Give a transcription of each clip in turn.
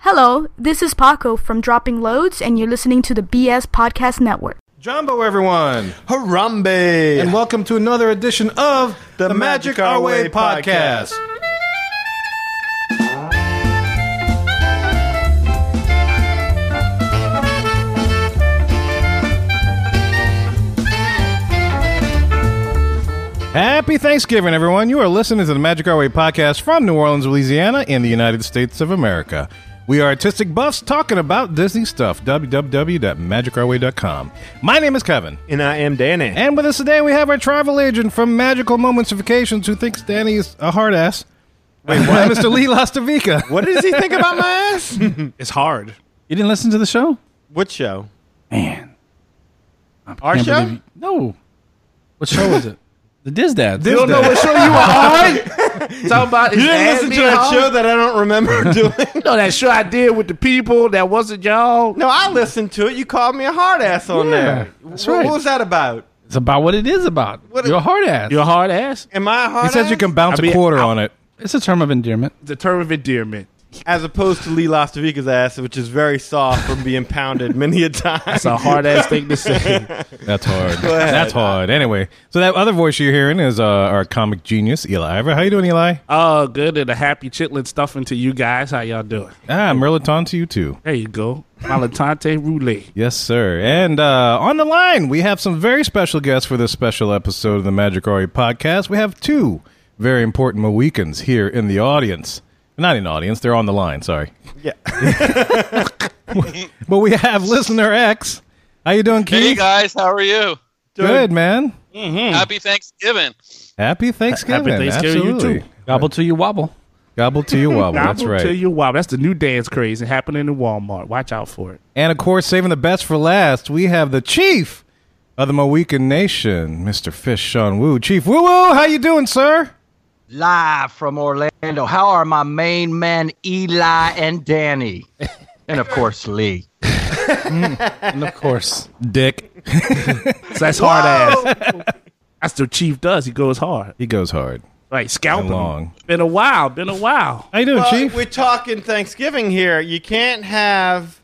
Hello, this is Paco from Dropping Loads, and you're listening to the BS Podcast Network. Jumbo, everyone, Harambe! and welcome to another edition of the, Magic Our Way podcast. Happy Thanksgiving, everyone. You are listening to the Magic Our Way podcast from New Orleans, Louisiana, in the United States of America. We are artistic buffs talking about Disney stuff. www.magicourway.com. My name is Kevin. and I am Danny. And with us today, we have our travel agent from Magical Moments Vacations who thinks Danny is a hard ass. Wait, what? Mr. Lee Lastavica. what does he think about my ass? it's hard. You didn't listen to the show? What show? Man. I Our can't show? believe you- No. What show was it? The Diz Dads. don't know what show you are. Talking about his You didn't ass listen to being that hard? show that I don't remember doing? No, that show I did with the people that wasn't y'all. no, I listened to it. You called me a hard ass on Yeah, there. that's Wh- right. What was that about? It's about what it is about. What- You're a hard ass. Your hard ass. Am I a hard He says you ass? can bounce I mean, a quarter on it. It's a term of endearment. The term of endearment. As opposed to Lee Lastavica's ass, which is very soft from being pounded many a time. It's a hard ass thing to say. That's hard. That's hard. Anyway, so that other voice you're hearing is uh, our comic genius, Eli Ivor. How you doing, Eli? Oh, good and a happy chitlin stuffing to you guys. How y'all doing? Ah, Merliton to you, too. There you go. Malatante roulette. Yes, sir. And uh, on the line, we have some very special guests for this special episode of the Magic Ari podcast. We have two very important Mohicans here in the audience. Not in audience, they're on the line, sorry. Yeah. But we have listener X. How you doing, Keith? Mm-hmm. Hey guys, how are you? Good, man. Hmm. Happy Thanksgiving. Happy Thanksgiving. Happy Thanksgiving, you Absolutely. too. Gobble till you wobble. Gobble to you wobble. That's Gobble to right. you, wow, that's the new dance craze happening in Walmart. Watch out for it. And of course, saving the best for last, we have the chief of the Mohican Nation, Mr. Fish Sean Wu. Chief Woo Woo, how you doing, sir? live from Orlando. How are my main men Eli and Danny? and of course Lee. And of course. Dick. So that's hard ass. That's what Chief does. He goes hard. He goes hard. Like scalping. And long. Been a while. Been a while. How you doing, Well, Chief? Uh, we're talking Thanksgiving here. You can't have,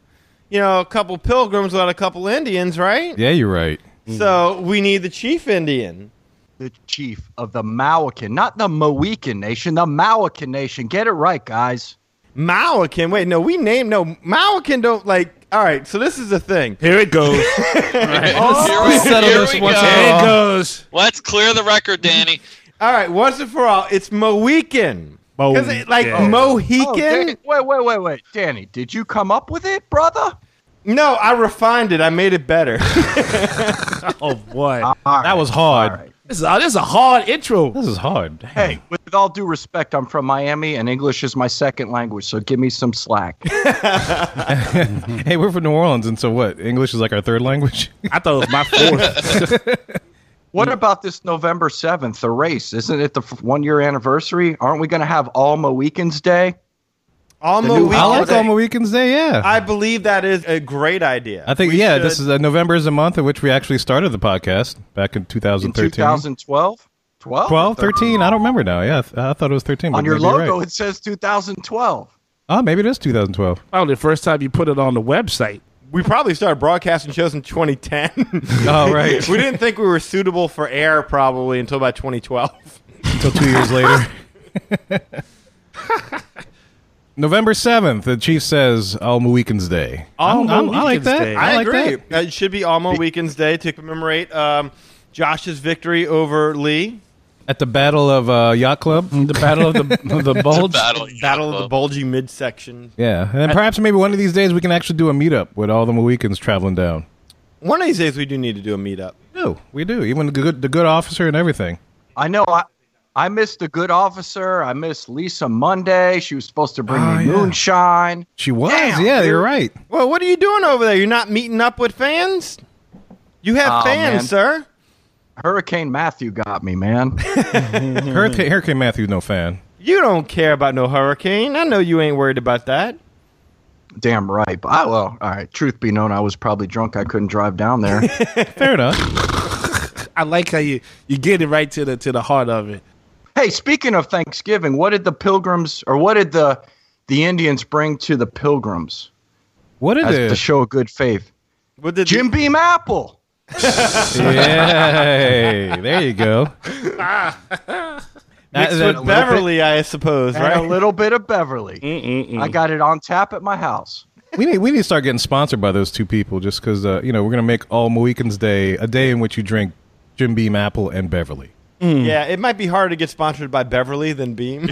you know, a couple pilgrims without a couple Indians, right? Yeah, you're right. So we need the chief Indian. The chief of the Mawakan, not the Mohican Nation, the Mawakan Nation. Get it right, guys. Mawakan. Wait, no, we name no Mawakan don't like. All right, so this is the thing. Here it goes. Oh. Here we, settle here this we once go. and There it goes. Let's clear the record, Danny. All right, once and for all, it's Mohican. Mo- 'Cause it- like yeah. Oh, Dan- Mohican. wait, wait, wait, wait. Danny, did you come up with it, brother? no, I refined it. I made it better. Oh boy. That was hard. All right. This is, a, this is a hard intro. This is hard. Hey, with all due respect, I'm from Miami and English is my second language, so give me some slack. Hey, we're from New Orleans, and so what? English is like our third language. I thought it was my fourth. what about this November 7th, the race? Isn't it the f- one year anniversary? Aren't we going to have All Mohicans Day? All The new Mohican. I like holiday. All Weekends Day. Yeah, I, I believe that is a great idea. think We yeah. should- This is uh, November is a month in which we actually started the podcast back in in 2013. 2012 12 12, 13. I don't remember now. Yeah, I, th- I thought it was 13. But on your maybe you're logo Right. it says 2012 Oh, maybe it is 2012. Probably the first time you put it on the website. we probably started broadcasting shows in 2010. Oh, right. we didn't think we were suitable for air probably until about 2012. Until two years later. November 7th, the chief says All Weekends Day. All I'm- I'm- I like Mohicans that. Day. I, like agree. that. Uh, It should be Alma Weekend's Day to commemorate um, Josh's victory over Lee. At the Battle of uh, Yacht Club. Mm-hmm. The Battle of the, of the Bulge. Battle. Battle of the bulgy midsection. Yeah, and perhaps maybe one of these days we can actually do a meetup with all the Mohicans traveling down. One of these days we do need to do a meetup. No, we do. Even the good, the good officer and everything. i know i i missed a good officer i missed lisa monday she was supposed to bring Oh, me yeah. moonshine She was. Damn, yeah, dude. you're right. Well, what are you doing over there? You're not meeting up with fans? You have Oh, man. fans, sir. hurricane matthew got me man Hurricane, Hurricane Matthew's no fan. You don't care about no hurricane. I know you ain't worried about that. damn right but i well all right truth be known i was probably drunk i couldn't drive down there Fair enough. I like how you you get it right to the to the heart of it. hey speaking of thanksgiving what did the pilgrims or what did the the Indians bring to the Pilgrims What it as to is? show good faith. What did Jim Beam Apple. Yay! There you go. mixed That- that with little bit- Beverly, I suppose, And a right? little bit of Beverly. I got it on tap at my house. we need we need to start getting sponsored by those two people just because uh, you know we're gonna make all Mohicans Day a day in which you drink Jim Beam Apple and Beverly. Yeah, it might be harder to get sponsored by Beverly than Beam.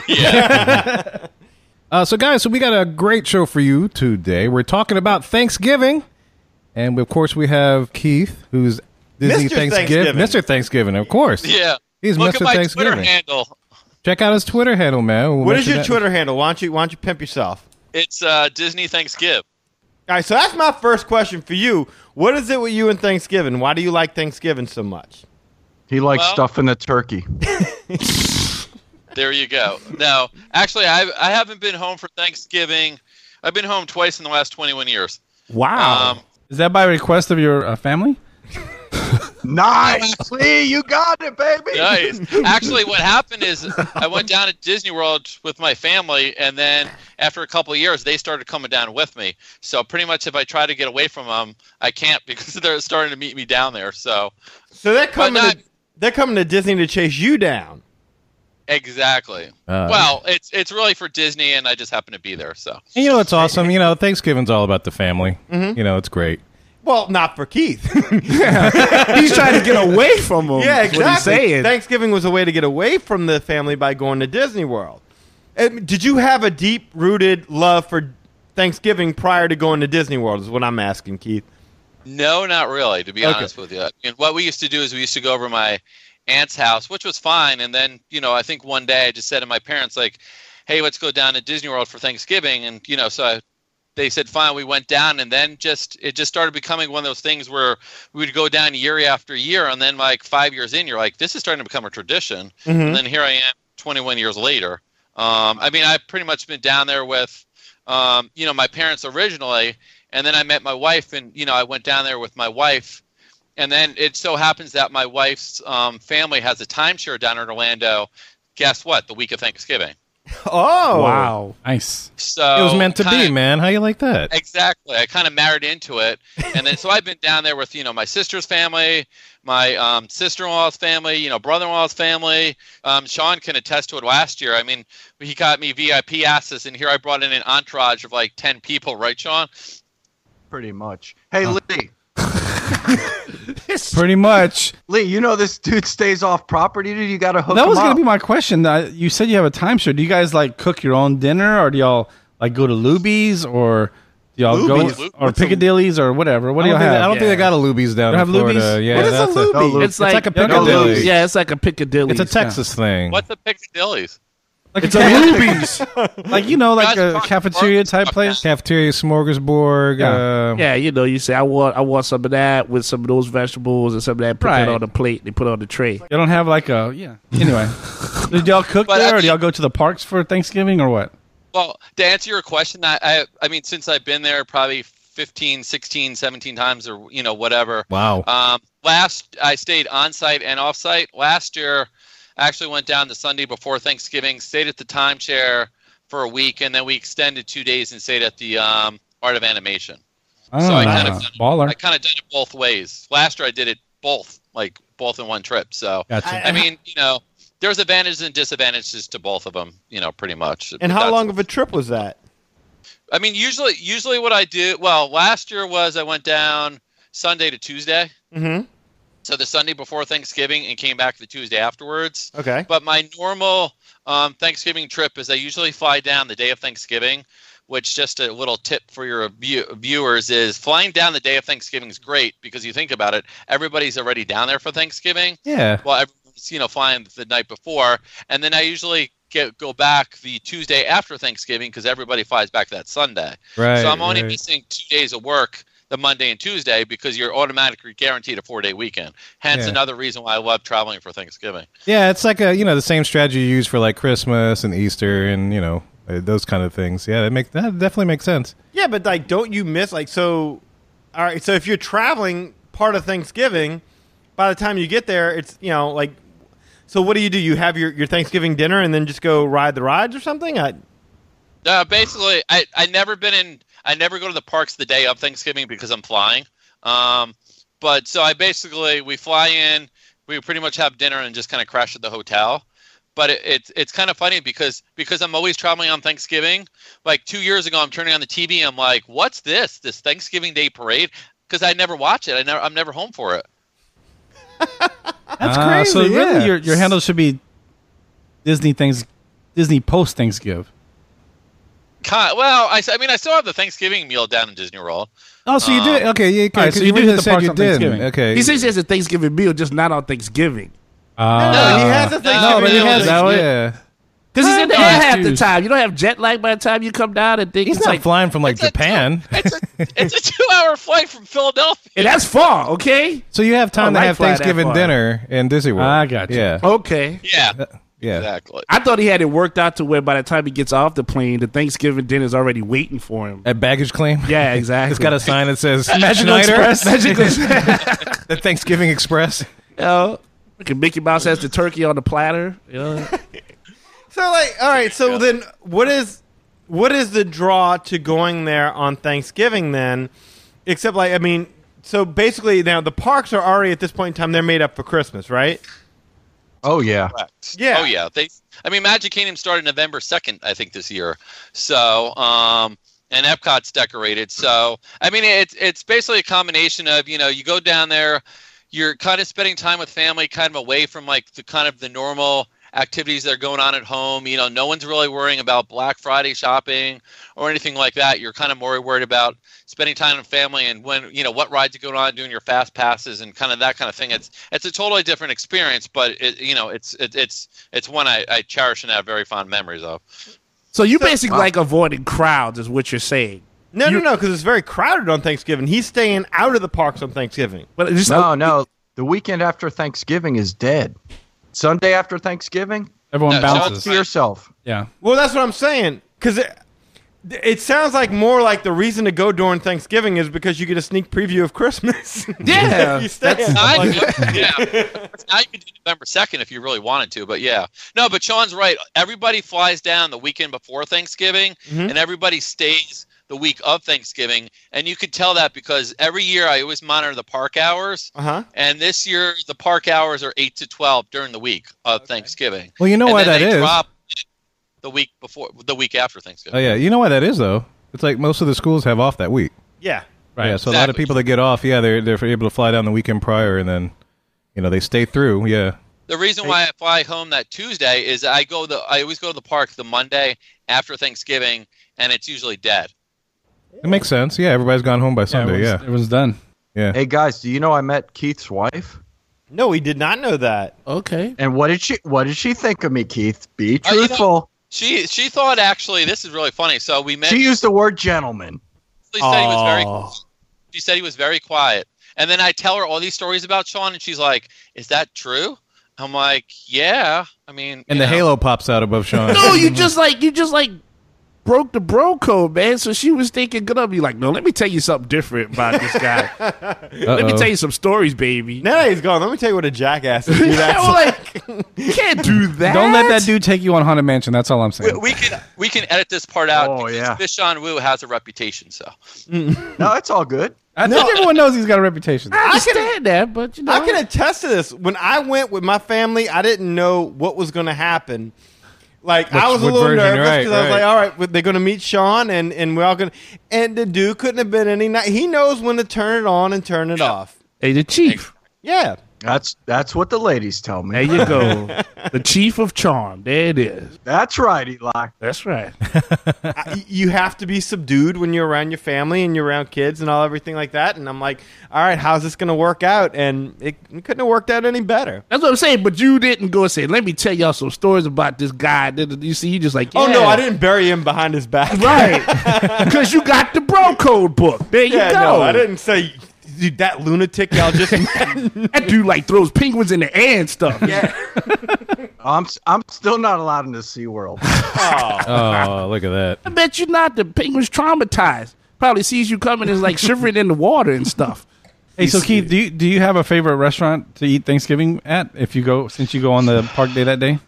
Uh, so guys, so we got a great show for you today. We're talking about Thanksgiving, and of course we have Keith, who's Disney Mr. Thanksgiving, Thanksgiving. Mr. Thanksgiving, of course. Yeah. He's Look Mr. at my Twitter Thanksgiving. handle. Check out his Twitter handle, man. We'll what is mention your that- Twitter handle? Why don't you why don't you pimp yourself? It's uh, Disney Thanksgiving. All right, so that's my first question for you. What is it with you and Thanksgiving? Why do you like Thanksgiving so much? He likes Well- stuffing the turkey. There you go. No, actually, I I haven't been home for Thanksgiving. I've been home twice in the last 21 years. Wow. Um, Is that by request of your uh, family? Nice. See, you got it, baby. nice. Actually, what happened is I went down to Disney World with my family, and then after a couple of years, they started coming down with me. So pretty much, if I try to get away from them, I can't because they're starting to meet me down there. So So they're coming not- to, they're coming to Disney to chase you down. exactly. Uh, well, it's it's really for Disney, and I just happen to be there. So And you know it's awesome. You know Thanksgiving's all about the family. Mm-hmm. You know it's great. Well, not for Keith. He's trying to get away from him. yeah, is what he's exactly. saying. Thanksgiving was a way to get away from the family by going to Disney World. And did you have a deep rooted love for Thanksgiving prior to going to Disney World? Is what I'm asking, Keith. No, not really, to be Okay. honest with you. I mean, what we used to do is we used to go over to my aunt's house, which was fine. And then, you know, I think one day I just said to my parents, like, hey, let's go down to Disney World for Thanksgiving. And, you know, so I, they said, fine, we went down. And then just, it just started becoming one of those things where we would go down year after year. And then, like, five years in, you're like, this is starting to become a tradition. And then here I am 21 years later. Um, I mean, I've pretty much been down there with, um, you know, my parents originally, and then I met my wife, and you know, I went down there with my wife, and then it so happens that my wife's um, family has a timeshare down in Orlando. Guess what? The week of Thanksgiving. Oh, Wow. Nice. So it was meant to be, kinda- man. How you like that? Exactly. I kind of married into it, and then so I've been down there with you know my sister's family, my um, sister-in-law's family, you know brother-in-law's family. Um, Sean can attest to it. Last year, I mean, he got me VIP access, and here I brought in an entourage of like ten people, right, Sean? Pretty much. Hey, Lee. Pretty much. Lee, you know this dude stays off property, dude. You got to hook that him was up. going to be my question. That- You said you have a timeshare. Do you guys like cook your own dinner, or do y'all like go to Luby's, or do y'all Luby's? go Lu- or Piccadilly's, or whatever? What I do don't, y'all think, have? I don't think they got a Luby's down They have in Florida. Lubies? Yeah, What is a that's No, Lou. It's It's, like, like a no, Piccadilly. Lou's. Yeah, it's like a Piccadilly. It's a Texas thing. What's the Piccadilly's? like It's a, a ca- Luby's. like you know, like Guys, a fuck, cafeteria fuck, type fuck place. Cafeteria smorgasbord. Yeah. um, Yeah, you know, you say I want I want some of that with some of those vegetables and some of that. Put Right. that on the plate. They put it on the tray. They don't have like a yeah. Anyway, did y'all cook But there, or I do y'all go to the parks for Thanksgiving, or what? Well, to answer your question, I, I, I mean, since I've been there probably 15, 16, 17 times or, you know, whatever. Wow. Um, last, I stayed on site and off site. Last year, I actually went down the Sunday before Thanksgiving, stayed at the timeshare for a week, and then we extended two days and stayed at the um, Art of Animation. so I kind of Ah, baller. I kind of done it both ways. Last year, I did it both, like both in one trip. So, Gotcha. I mean, you know, there's advantages and disadvantages to both of them, you know, pretty much. And how That's- long of a trip was that? I mean, usually, usually what I do. Well, last year was I went down Sunday to Tuesday, Mm-hmm. so the Sunday before Thanksgiving, and came back the Tuesday afterwards. Okay. But my normal um, Thanksgiving trip is I usually fly down the day of Thanksgiving, which just a little tip for your view- viewers is flying down the day of Thanksgiving is great because you think about it, everybody's already down there for Thanksgiving. yeah. Well, everyone's you know flying the night before, and then I usually get go back the Tuesday after Thanksgiving because everybody flies back that Sunday. Right. So I'm only right. missing two days of work, the Monday and Tuesday, because you're automatically guaranteed a four day weekend. Hence Yeah. another reason why I love traveling for Thanksgiving. Yeah, it's like a you know the same strategy you use for like Christmas and Easter and you know uh, those kind of things. Yeah, that make that definitely makes sense. Yeah, but like, don't you miss like so? All right, so if you're traveling part of Thanksgiving, by the time you get there, it's you know like. So what do you do? You have your, your Thanksgiving dinner and then just go ride the rides or something? I, No, basically, I I never been in. I never go to the parks the day of Thanksgiving because I'm flying. Um, but so I basically we fly in, we pretty much have dinner and just kind of crash at the hotel. But it, it's it's kind of funny because because I'm always traveling on Thanksgiving. Like two years ago, I'm turning on the TV. I'm like, what's this? This Thanksgiving Day parade? Because I never watch it. I never I'm never home for it. That's crazy, Ah, So yeah. really, your your handle should be Disney things, Disney post Thanksgiving. Ki- well, I, s- I mean, I still have the Thanksgiving meal down in Disney World. Oh, so you did? Okay, yeah. Okay, Uh, All right, 'cause so you do originally hit the said parks you on didn't. Thanksgiving. Okay. He says he has a Thanksgiving meal, just not on Thanksgiving. No, he has a Uh, no, but Thanksgiving he meal. has. Is that what- Yeah. Because he's in the air that's half the Tuesday. time. You don't have jet lag by the time you come down and think He's it's not like, flying from like It's a- Japan, It's a it's a two hour flight from Philadelphia. and that's far, okay? so you have time Oh, to I have fly that Thanksgiving far. dinner in Disney World. I got you. Oh, Yeah, Okay. Yeah, yeah. exactly. I thought he had it worked out to where by the time he gets off the plane, the Thanksgiving dinner's already waiting for him. At baggage claim. Yeah, exactly. It's got a sign that says Magical Schneider, Express. Magical the Thanksgiving Express. You know, freaking Mickey Mouse has the turkey on the platter. You know? So like, all right. So then, what is what is the draw to going there on Thanksgiving then? Except like, I mean, so basically now the parks are already at this point in time they're made up for Christmas, right? Oh yeah. Yeah. Oh yeah. They. I mean, Magic Kingdom started November second, I think, this year. So, um, and Epcot's decorated. So, I mean, it's it's basically a combination of you know you go down there, you're kind of spending time with family, kind of away from like the kind of the normal activities that are going on at home. You know, no one's really worrying about Black Friday shopping or anything like that. You're kind of more worried about spending time with family and when you know what rides are going on, doing your fast passes and kind of that kind of thing. It's it's a totally different experience, but it, you know, it's it, it's it's one I, I cherish and have very fond memories of. So you basically like avoiding crowds is what you're saying. No, no, no, because it's very crowded on Thanksgiving. He's staying out of the parks on Thanksgiving. But it's just No, no. The weekend after Thanksgiving is dead. Sunday after Thanksgiving, Everyone No, bounces. to yourself. yeah. Well, that's what I'm saying. Because it, it sounds like more like the reason to go during Thanksgiving is because you get a sneak preview of Christmas. Yeah, you stay in. Now you Like, could- yeah. Now you could do November second if you really wanted to, but yeah. No, but Sean's right. Everybody flies down the weekend before Thanksgiving, Mm-hmm. and everybody stays the week of Thanksgiving, and you could tell that because every year I always monitor the park hours, uh-huh. and this year the park hours are eight to twelve during the week of Thanksgiving. Well, you know and why then that they is. drop the week before, the week after Oh Thanksgiving. yeah, you know why that is though. It's like most of the schools have off that week. Yeah. Right. Yeah, so a lot of Exactly. people that get off, yeah, they're they're able to fly down the weekend prior and then, you know, they stay through. Yeah. The reason why I fly home that Tuesday is I go the I always go to the park the Monday after Thanksgiving, and it's usually dead. It makes sense. Yeah, everybody's gone home by Sunday. everyone's- Yeah. everyone's done. Yeah. Hey guys, do you know I met Keith's wife? No, he did not know that. okay. And what did she what did she think of me, Keith? Be Oh, you know- truthful. She she thought actually this is really funny. So we met. She used the word gentleman. She said he was very. Oh. She said he was very quiet, and then I tell her all these stories about Sean, and she's like, "Is that true?" I'm like, "Yeah." I mean, And you the know. halo pops out above Sean. No, you just like you just like broke the bro code, man. So she was thinking good of you, like, no, let me tell you something different about this guy. Let me Uh-oh. tell you some stories, baby. Now that he's gone, let me tell you what a jackass is. He Yeah, acts well, like, you can't do that. Don't let that dude take you on haunted mansion. That's all I'm saying. We, we can we can edit this part out. Oh, because yeah. Fish on Wu has a reputation, so No, it's all good. I think everyone knows he's got a reputation. I understand that, but you know, I can attest to this. When I went with my family, I didn't know what was going to happen. Like I Which- was a what little version, nervous right, because I was right. like, "All right, well, they're going to meet Sean, and and we're all going." to And the dude couldn't have been any. Ni- he knows when to turn it on and turn it off. hey, the chief. Yeah, That's that's what the ladies tell There me. you go, the chief of charm. There it is. That's right, Eli. That's right. I- you have to be subdued when you're around your family and you're around kids and all everything like that. And I'm like, "All right, how's this going to work out?" And it, it couldn't have worked out any better. That's what I'm saying. But you didn't go and say, "Let me tell y'all some stories about this guy." Then You see, you just like, Oh no, yeah. I didn't bury him behind his back. Right, because you got the bro code book. There you Yeah, go. no, I didn't say dude, that lunatic y'all just met. That dude like throws penguins in the air and stuff. I'm s- I'm still not allowed into SeaWorld. oh, look at that. I bet you not. The penguin's traumatized. Probably sees you coming and is like shivering in the water and stuff. Hey, so Keith, do you do you have a favorite restaurant to eat Thanksgiving at? If you go, since you go on the park day that day,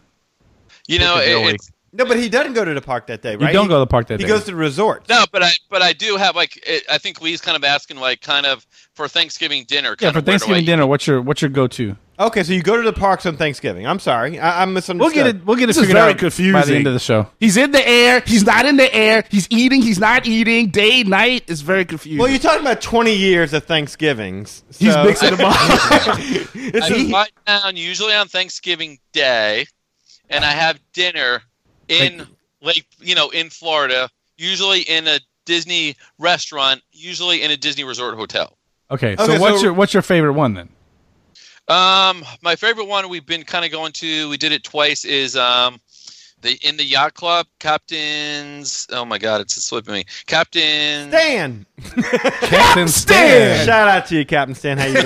you know it, Piccadilly. it's No, but he doesn't go to the park that day, You right? don't He- go to the park that He day. goes to the resort. No, but I but I do have like it, I think Lee's kind of asking like kind of for Thanksgiving dinner. yeah, Kind for of where do I Thanksgiving eat? dinner. What's your what's your go to? Okay, so you go to the parks on Thanksgiving. I'm sorry, I, I misunderstood. We'll get it. We'll get it This is figured very out by the confusing. end of the show. He's in the air. He's not in the air. He's eating. He's not eating. Day, night. It's very confusing. Well, you're talking about 20 years of Thanksgivings. So He's mixing them up. it's I a- fly down usually on Thanksgiving Day, and I have dinner in Lake, you know, in Florida. Usually in a Disney restaurant. Usually in a Disney resort hotel. Okay, Okay, so what's so- your what's your favorite one then? Um, my favorite one we've been kind of going to. We did it twice. Is um, the in the yacht club, captains. Oh my god, it's slipping me. Captain. Stan. Captain Stan! Shout out to you, Captain Stan. How you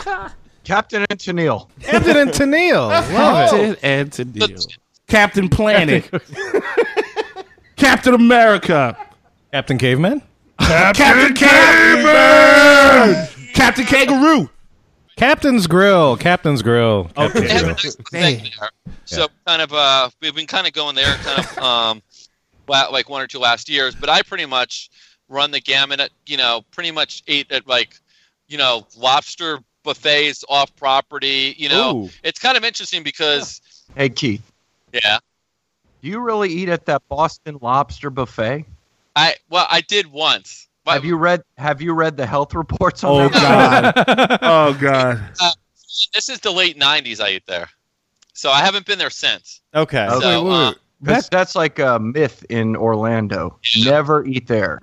doing? Captain and Tennille. Captain and Tennille. Love it. Captain and to deal. Captain Planet. Captain America. Captain Caveman. Captain Caveman. Captain Kangaroo. Captain's Grill. Captain's Grill. Captain's They have a Grill. nice little thing there. So kind of uh, we've been kind of going there, kind of um, la- like one or two last years. But I pretty much run the gamut. At, you know, pretty much ate at like, you know, lobster buffets off property. You know, Ooh. it's kind of interesting because Hey, Keith, yeah, do you really eat at that Boston Lobster Buffet? I well I did once. Well, Have you read Have you read the health reports on Oh that? God. Oh God. This is the late '90s. I ate there, so I haven't been there since. Okay. So, uh, 'Cause that's like a myth in Orlando. Yeah. Never eat there.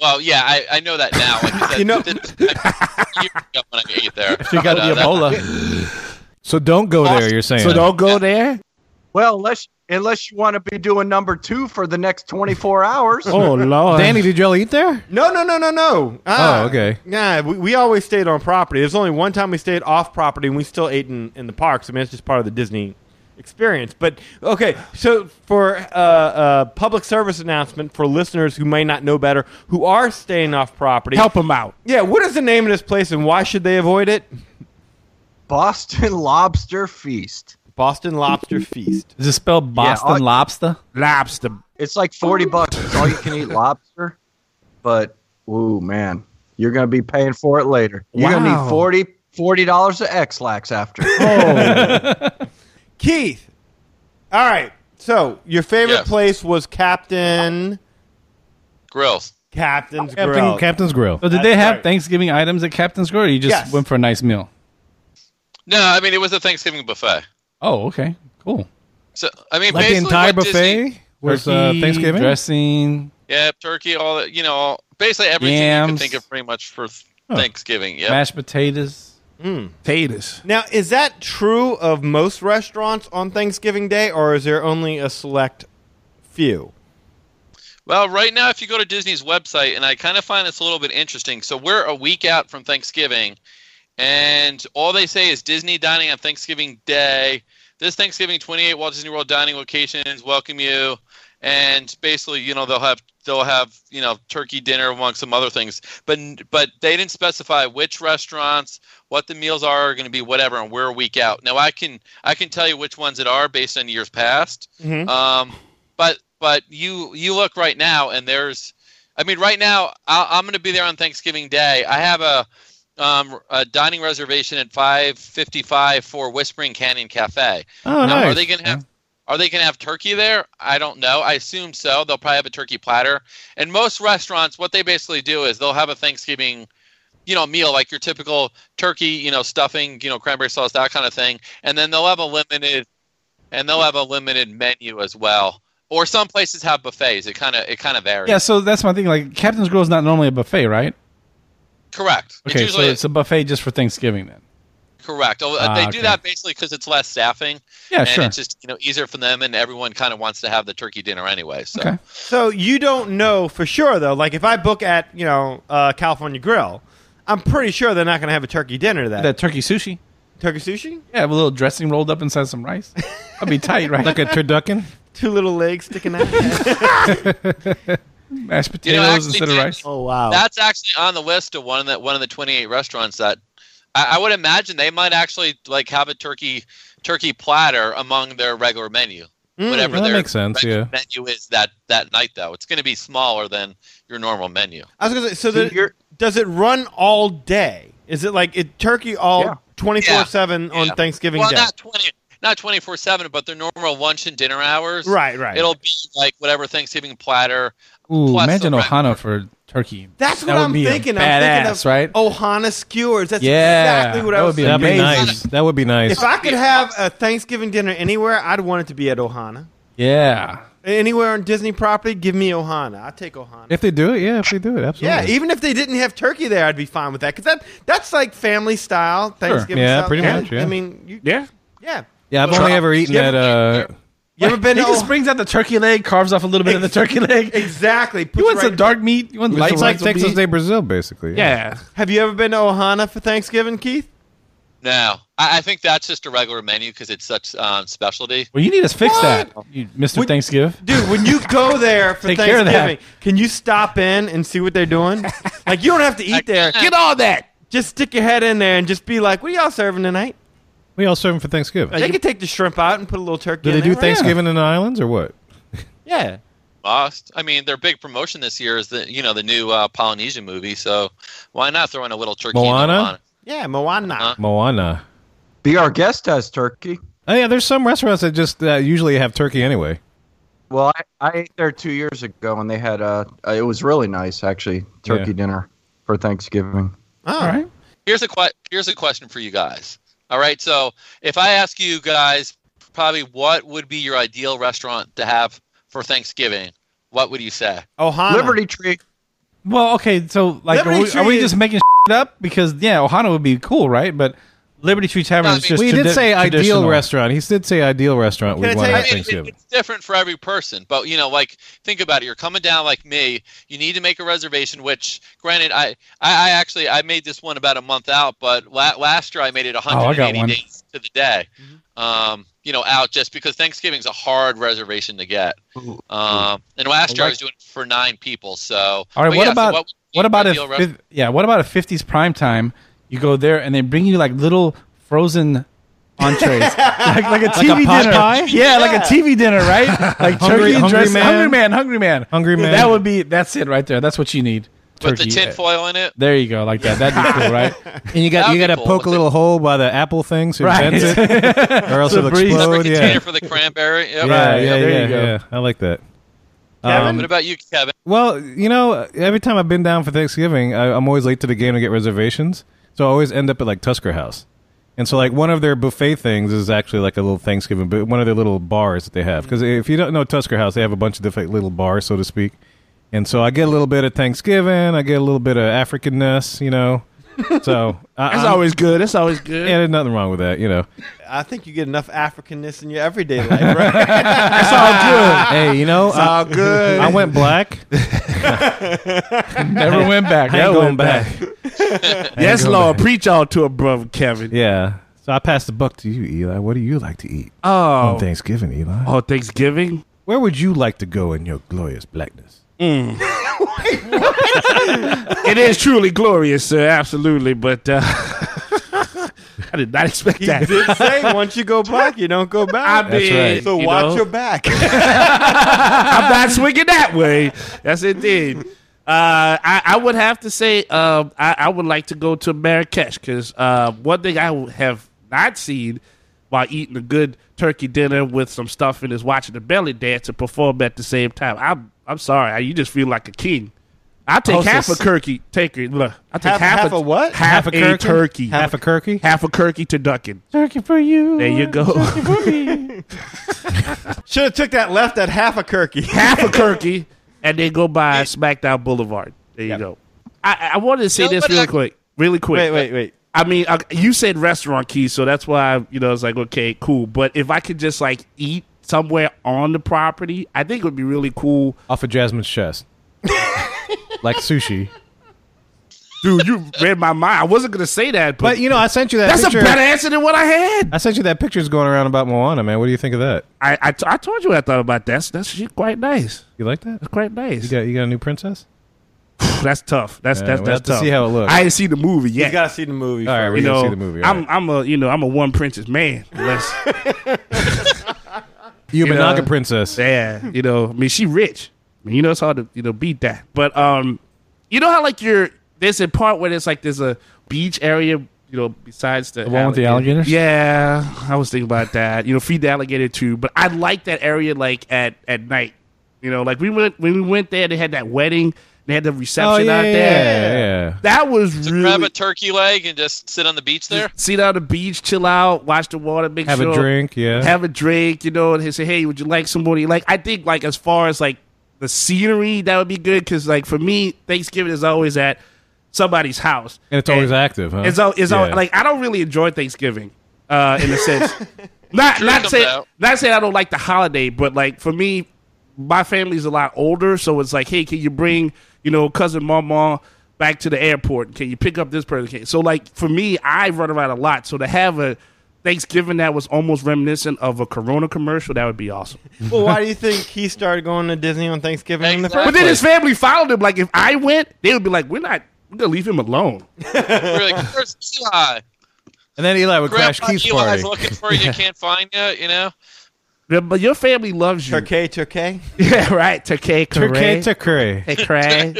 well, yeah, I, I know that now. Like, that, You know- that- that- years ago when I ate there, You got But, uh, the that- Ebola. So don't go there. You're saying. So don't go there. Well, unless unless you want to be doing number two for the next twenty four hours. Oh Lord. Danny, did y'all eat there? No, no, no, no, no. Uh, Oh, okay. Nah, we, we always stayed on property. There's only one time we stayed off property, and we still ate in, in the parks. I mean, it's just part of the Disney experience. But okay, so for uh, uh, public service announcement for listeners who may not know better, who are staying off property, Help him out. Yeah, what is the name of this place, and why should they avoid it? Boston Lobster Feast. Boston Lobster Feast. Is it spelled Boston I- lobster? Lobster. It's like forty bucks. It's all you can eat lobster. But ooh man, you're gonna be paying for it later. You're gonna Wow. Oh. need 40 dollars of X lax after. Keith. All right. So your favorite Yes. place was Captain grills. Captain's Grill. Captain, Captain's Grill. So did That's they have right. Thanksgiving items at Captain's Grill? Or you just Yes. went for a nice meal? No, I mean it was a Thanksgiving buffet. Oh, okay, cool. So I mean, Like the basically entire what Disney- buffet was uh, Turkey, Thanksgiving. dressing. yeah, turkey, all that, you know, all, basically everything you can Yams. think of pretty much for th- Oh. Thanksgiving. Yeah, mashed potatoes. Taters. Now, is that true of most restaurants on Thanksgiving Day, or is there only a select few? Well, right now, if you go to Disney's website, and I kind of find this a little bit interesting. So we're a week out from Thanksgiving, and all they say is Disney dining on Thanksgiving Day. This Thanksgiving, 28 Walt Disney World dining locations welcome you, and basically, you know, they'll have they'll have you know turkey dinner among some other things, but but they didn't specify which restaurants, what the meals are, are going to be, whatever, and we're a week out. Now I can I can tell you which ones that are based on years past. Mhm. Um, but but you you look right now and there's i mean right now I, i'm going to be there on thanksgiving day i have a um, a dining reservation at 555 for whispering canyon cafe Oh, now, are nice. they going to have are they going to have turkey there i don't know i assume so they'll probably have a turkey platter and most restaurants what they basically do is they'll have a thanksgiving you know meal like your typical turkey you know stuffing you know cranberry sauce that kind of thing and then they'll have a limited and they'll have a limited menu as well or some places have buffets it kind of it kind of varies Yeah, so that's my thing. Like Captain's Grill is not normally a buffet, right? correct Okay, it's so usually it's a buffet just for Thanksgiving then. correct Oh, Ah, they okay. do that basically because it's less staffing Yeah, and sure. it's just you know easier for them and everyone kind of wants to have the turkey dinner anyway so Okay. So you don't know for sure, though. Like if I book at you know uh, California Grill, I'm pretty sure they're not going to have a turkey dinner that, that turkey sushi. turkey sushi, Yeah, with a little dressing rolled up inside some rice. That'd be tight, right? like a turducken. two little legs sticking out. mashed You potatoes know, actually, instead of Dan- rice. oh wow! That's actually on the list of one of the one of the twenty eight restaurants that I, I would imagine they might actually like have a turkey turkey platter among their regular menu. Mm, whatever that their makes sense, regular yeah. menu is that that night though. It's going to be smaller than your normal menu. I was gonna say, so See, the- you're- does it run all day? Is it like it turkey Yeah. all twenty four seven on Yeah. Thanksgiving well, Day? not twenty, not twenty four seven, but their normal lunch and dinner hours. right, right. It'll be like whatever Thanksgiving platter. Ooh, Plus imagine the red- Ohana for turkey. That's That what would I'm be a thinking. I'm thinking badass, of Oh, right? Ohana skewers. That's Yeah, exactly what I that was would be thinking. That'd be Amazing. nice. That would be If nice. I could have a Thanksgiving dinner anywhere, I'd want it to be at Ohana. Yeah. Anywhere on Disney property, give me Ohana. I take Ohana. If they do it, yeah. If they do it, yeah, absolutely. even if they didn't have turkey there, I'd be fine with that because that that's like family style Thanksgiving. Yeah, style. pretty much, yeah. I mean, you, Yeah. yeah. Yeah, I've only ever eaten at. Uh, You ever been he to just Ohana? brings out the turkey leg, carves off a little bit of the turkey leg. Exactly. Puts You want right some dark meat? You want light it's like meat? Texas Day Brazil, basically. Yeah. Have you ever been to Ohana for Thanksgiving, Keith? No, I, I think that's just a regular menu because it's such um, specialty. Well, you need to fix that, you, Mr. Would- Thanksgiving. Dude, when you go there for Take care of that. Thanksgiving, can you stop in and see what they're doing? like, you don't have to eat there. Get all that. Just stick your head in there and just be like, what are y'all serving tonight? We all serve 'em for Thanksgiving. They could take the shrimp out and put a little turkey Do in they do there. Thanksgiving in the islands or what? Yeah. Lost. I mean, their big promotion this year is the you know the new uh, Polynesian movie. So why not throw in a little turkey? in Moana? Ohana? Yeah, Moana. Huh? Moana. Be our guest has turkey. Oh yeah, there's some restaurants that just uh, usually have turkey anyway. Well, I, I ate there two years ago, and they had uh, it was really nice actually turkey Yeah. dinner for Thanksgiving. All right. here's a que- here's a question for you guys. All right, so if I ask you guys, probably what would be your ideal restaurant to have for Thanksgiving? What would you say? Ohana. Liberty Tree. Well, okay, so like, are Liberty we, are we Tree just is- making shit up? Because yeah, Ohana would be cool, right? But Liberty Tree Tavern No, I is mean- just Well, he did tradi- say ideal traditional. restaurant. He did say ideal restaurant Can I we want tell at you- I mean, it- Thanksgiving. it's different for every person, but you know, like think about it. You're coming down like me. You need to make a reservation. Which, granted, I I, I actually I made this one about a month out, but la- last year I made it Oh, I got 180 one. days to the day. Um, you know, out just because Thanksgiving's a hard reservation to get. Um, and last year I was doing it for nine people. So All right, but what yeah, so about- would be What about ideal if, rest- if yeah? What about a fifties prime time? You go there and they bring you like little frozen entrees, like, like a TV pot dinner. pie? Yeah, like a TV dinner, right? Like Hungry- turkey, Hungry dressing- Man? hungry man, hungry man, Hungry Man. That would be that's it right there. That's what you need. with Turkey. the tinfoil in it? There you go, like that. That'd be cool, right? And you got That'd you got be to cool. poke a little hole by the apple thing so it Right. bends it, or else So it'll breeze. explode. Container Yeah, for the cranberry. Yep. yeah, yeah, there yeah, you go. yeah. I like that. Kevin? What about you, Kevin? Well, you know, every time I've been down for Thanksgiving, I, I'm always late to the game to get reservations, so I always end up at like Tusker House. And so, like one of their buffet things is actually like a little Thanksgiving, but one of their little bars that they have. Because if you don't know Tusker House, they have a bunch of different little bars, so to speak. And so I get a little bit of Thanksgiving, I get a little bit of Africanness, you know. So I, That's I'm- always good. That's always good. yeah, there's nothing wrong with that, you know. I think you get enough Africanness in your everyday life, right? It's all good. Hey, you know, I, good. I went black. Never went back. I ain't Never going went back. yes, Lord. Preach all to a brother, Kevin. Yeah. So I pass the buck to you, Eli. What do you like to eat on Oh. Thanksgiving, Eli? Oh, Thanksgiving? Where would you like to go in your glorious blackness? It is truly glorious, sir. Absolutely. But uh, I did not expect He that. did say once you go black, you don't go back. I That's mean, right. so you watch know, your back. I'm not swinging that way. Yes, indeed. Uh, I, I would have to say um, I, I would like to go to Marrakesh because uh, one thing I have not seen while eating a good turkey dinner with some stuffing is watching the belly dance and perform at the same time. I'm I'm sorry, I- you just feel like a king. I take half Hostess. a turkey. Take it. Look, I take Half- half, half a what? Half, a, turkey? turkey. Half a turkey? half a turkey to ducking. Turkey for you. There you go. Should have took that left at half a turkey. half a turkey, and then go by SmackDown Boulevard. There you go. I, I wanted to say No, this but really I- quick, really quick. wait, wait, wait. I mean, uh, you said restaurant keys, so that's why I, you know I was like, okay, cool. But if I could just like eat somewhere on the property, I think it would be really cool. Off of Jasmine's chest. like sushi. Dude, you read my mind. I wasn't gonna say that, but, But, you know, I sent you that that's picture. a better answer than what I had. I sent you that pictures going around about Moana, man. What do you think of that? I I, t- I told you what I thought about that. That's, that's shit quite nice. You like that? That's quite nice. You got, you got a new princess? that's tough. That's Yeah, that's we'll have that's to tough. see how it looks. I didn't see the movie You yet. gotta see the movie. All right, first. we're you going to know, see the movie. all I'm right. I'm a you know I'm a one princess man. Unless You You Banaka know? princess. Yeah, you know, I mean, she rich. I mean, you know, it's hard to you know beat that. But um, you know how like you're there's a part where there's like there's a beach area. You know, besides the, The one with the alligators? Yeah, I was thinking about that. You know, feed the alligator too. But I like that area like at at night. You know, like we went when we went there, they had that wedding. They had the reception Oh, yeah, out yeah, there. yeah, yeah. That was To really grab a turkey leg and just sit on the beach there. sit on the beach, chill out, watch the water, make Have sure a drink, yeah. have a drink, you know, and he say, "Hey, would you like some more?" to eat?" Like, I think, like as far as like the scenery, that would be good because, like, for me, Thanksgiving is always at somebody's house, and it's always active, huh? It's, al- it's al- Yeah. like I don't really enjoy Thanksgiving, uh, in a sense. not not comes saying out. not saying I don't like the holiday, but like for me, my family's a lot older, so it's like, hey, can you bring you know cousin mama back to the airport? Can you pick up this person? Can- So like for me, I run around a lot, so to have a Thanksgiving that was almost reminiscent of a Corona commercial, that would be awesome. well, why do you think he started going to Disney on Thanksgiving in the But first then his family followed him. Like if I went, they would be like, we're not. We're gonna leave him alone. We're like, "Where's Eli? and then Eli would crash Grandpa Keith's Eli's party. looking for you, can't find you. You know, But your family loves you. Turkey, Turkey. Yeah, right. Turkey, Turkey correct. to cray. Hey, Cray.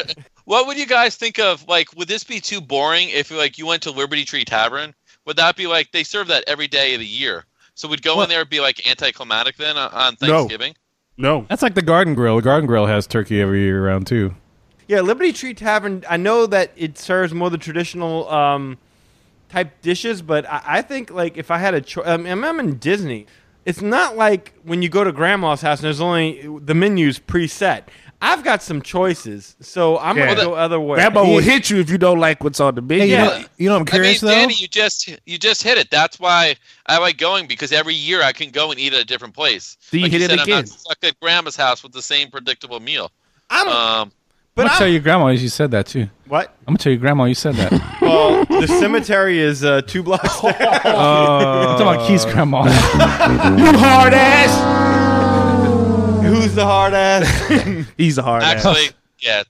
what would you guys think of? Like, would this be too boring if like you went to Liberty Tree Tavern? Would that be like they serve that every day of the year? So we'd go in there and be like anticlimactic then on- on No. Thanksgiving. No. That's like the Garden Grill. The Garden Grill has turkey every year around too. Yeah, Liberty Tree Tavern. I know that it serves more the traditional um, type dishes, but I, I think like if I had a choice, I mean, I'm in Disney. It's not like when you go to grandma's house and there's only the menu's preset. I've got some choices, so I'm Yeah. gonna go other way. Grandma will hit you if you don't like what's on the menu. Hey, Yeah. you, know, you know what I'm curious I mean, though? Danny, you just you just hit it. That's why I like going because every year I can go and eat at a different place. you like hit it said, I'm again. not stuck at grandma's house with the same predictable meal. I'm, Um, I'm but gonna tell I'm, your grandma you said that too. what? I'm gonna tell your grandma you said that. I'm Well, the cemetery is uh, two blocks. down. talking about Keith's Uh, grandma. you hard ass. Who's the hard ass? He's a hard ass. actually, yeah,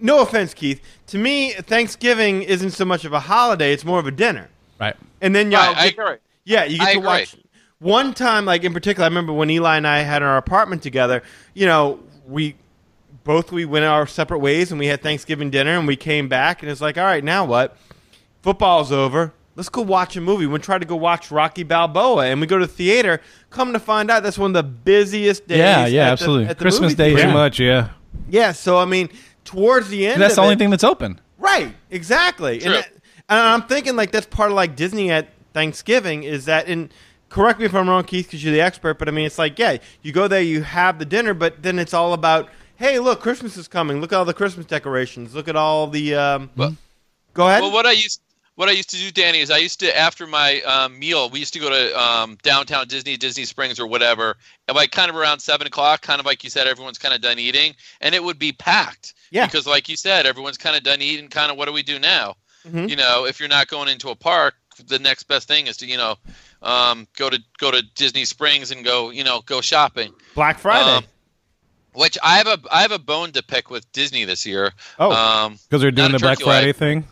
no offense, Keith. To me, Thanksgiving isn't so much of a holiday; it's more of a dinner. right. And then y'all, I, I get- Yeah, you get I to agree. watch. One time, like in particular, I remember when Eli and I had our apartment together. You know, we both we went our separate ways, and we had Thanksgiving dinner, and we came back, and it's like, all right, now what? Football's over. Let's go watch a movie. We tried to go watch Rocky Balboa, and we go to the theater. Come to find out, that's one of the busiest days. Yeah, yeah, at the- absolutely. at the Christmas movie Day theater. Pretty Yeah. much, yeah. Yeah, so I mean, towards the end, That's of the only it- thing that's open. Right, exactly. True. And, that- and I'm thinking like that's part of like Disney at Thanksgiving is that and correct me if I'm wrong, Keith, because you're the expert. But I mean, it's like yeah, you go there, you have the dinner, but then it's all about hey, look, Christmas is coming. Look at all the Christmas decorations. Look at all the. Um, go ahead. Well, what I used what I used to do, Danny, is I used to after my um, meal, we used to go to um, downtown Disney, Disney Springs, or whatever, and like kind of around seven o'clock, kind of like you said, everyone's kind of done eating, and it would be packed. Yeah. Because like you said, everyone's kind of done eating. Kind of what do we do now? Mhm. You know, if you're not going into a park, the next best thing is to you know um, go to go to Disney Springs and go you know go shopping. Black Friday. Um, which I have a I have a bone to pick with Disney this year. oh, Um, Because they're Not doing a the Black turkey Friday leg. thing.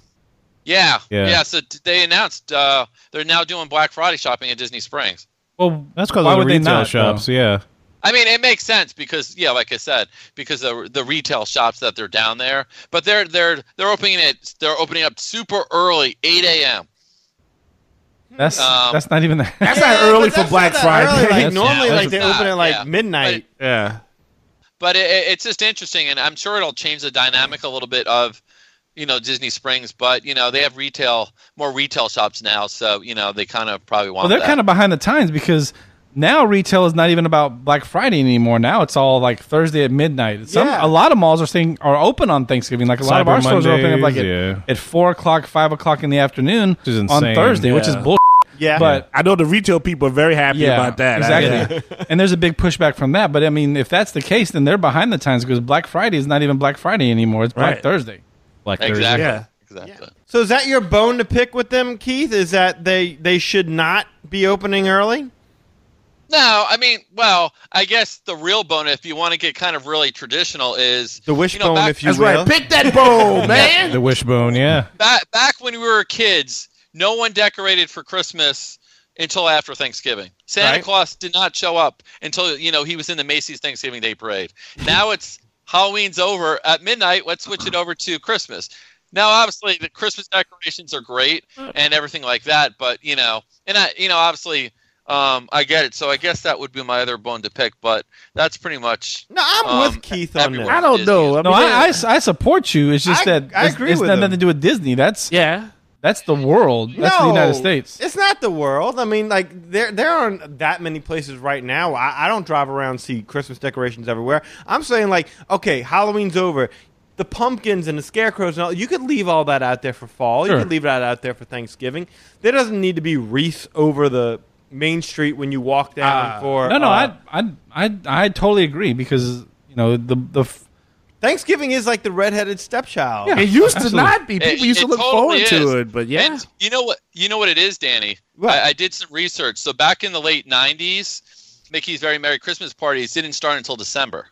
yeah, Yeah. yeah. so t- they announced uh, they're now doing Black Friday shopping at Disney Springs. Well, That's because Why of the would they retail not, shops. though? Yeah, I mean, it makes sense because yeah, like I said, because the the retail shops that they're down there, but they're they're they're opening it. They're opening up super early, eight a.m. that's Um, that's not even that. That's not early for Black Friday. Like, That's- normally, yeah, like they that's- open at like yeah. midnight. Yeah. But it, it- it's just interesting, and I'm sure it'll change the dynamic a little bit of you know Disney Springs. But you know they have retail more retail shops now, so you know they kind of probably want. Well, they're that. kind of behind the times because now retail is not even about Black Friday anymore. Now it's all like Thursday at midnight. Some Yeah. a lot of malls are saying are open on Thanksgiving. Like a lot of Cyber our stores are opening up like Mondays, at, yeah. at four o'clock, five o'clock in the afternoon is on insane. Thursday, which is Yeah. bull. Yeah, But I know the retail people are very happy yeah, about that. exactly. and there's a big pushback from that. But I mean, if that's the case, then they're behind the times because Black Friday is not even Black Friday anymore. It's Black Right. Thursday. Black Thursday. exactly Yeah. exactly. so is that your bone to pick with them, Keith? Is that they they should not be opening early? No, I mean, well, I guess the real bone, if you want to get kind of really traditional, is The wishbone, back, if you That's will. right. Pick that bowl, man. The wishbone, yeah. back, back when we were kids, no one decorated for Christmas until after Thanksgiving. Santa Right. Claus did not show up until you know he was in the Macy's Thanksgiving Day Parade. Now it's Halloween's over at midnight. Let's switch it over to Christmas. Now, obviously, the Christmas decorations are great and everything like that, but you know, and I, you know, obviously, um, I get it. So I guess that would be my other bone to pick, but that's pretty much. No, I'm Um, with Keith on everyone. this. I don't know. I No, mean, I, I s- I support you. It's just I- that I it's- agree it's with not him. nothing to do with Disney. That's yeah. that's the world. That's the United States. It's not the world. I mean, like there there aren't that many places right now. I, I don't drive around and see Christmas decorations everywhere. I'm saying like, okay, Halloween's over. The pumpkins and the scarecrows and all you could leave all that out there for fall. Sure. You could leave that out there for Thanksgiving. There doesn't need to be wreaths over the main street when you walk down for Ah. No, no, uh, I, I, I, I totally agree because you know the the f- Thanksgiving is like the redheaded stepchild. It used absolutely. to not be. People It- used to it look totally forward to is. it, but yeah. And you know what? You know what it is, Danny. What? I, I did some research. So back in the late '90s, Mickey's Very Merry Christmas parties didn't start until December.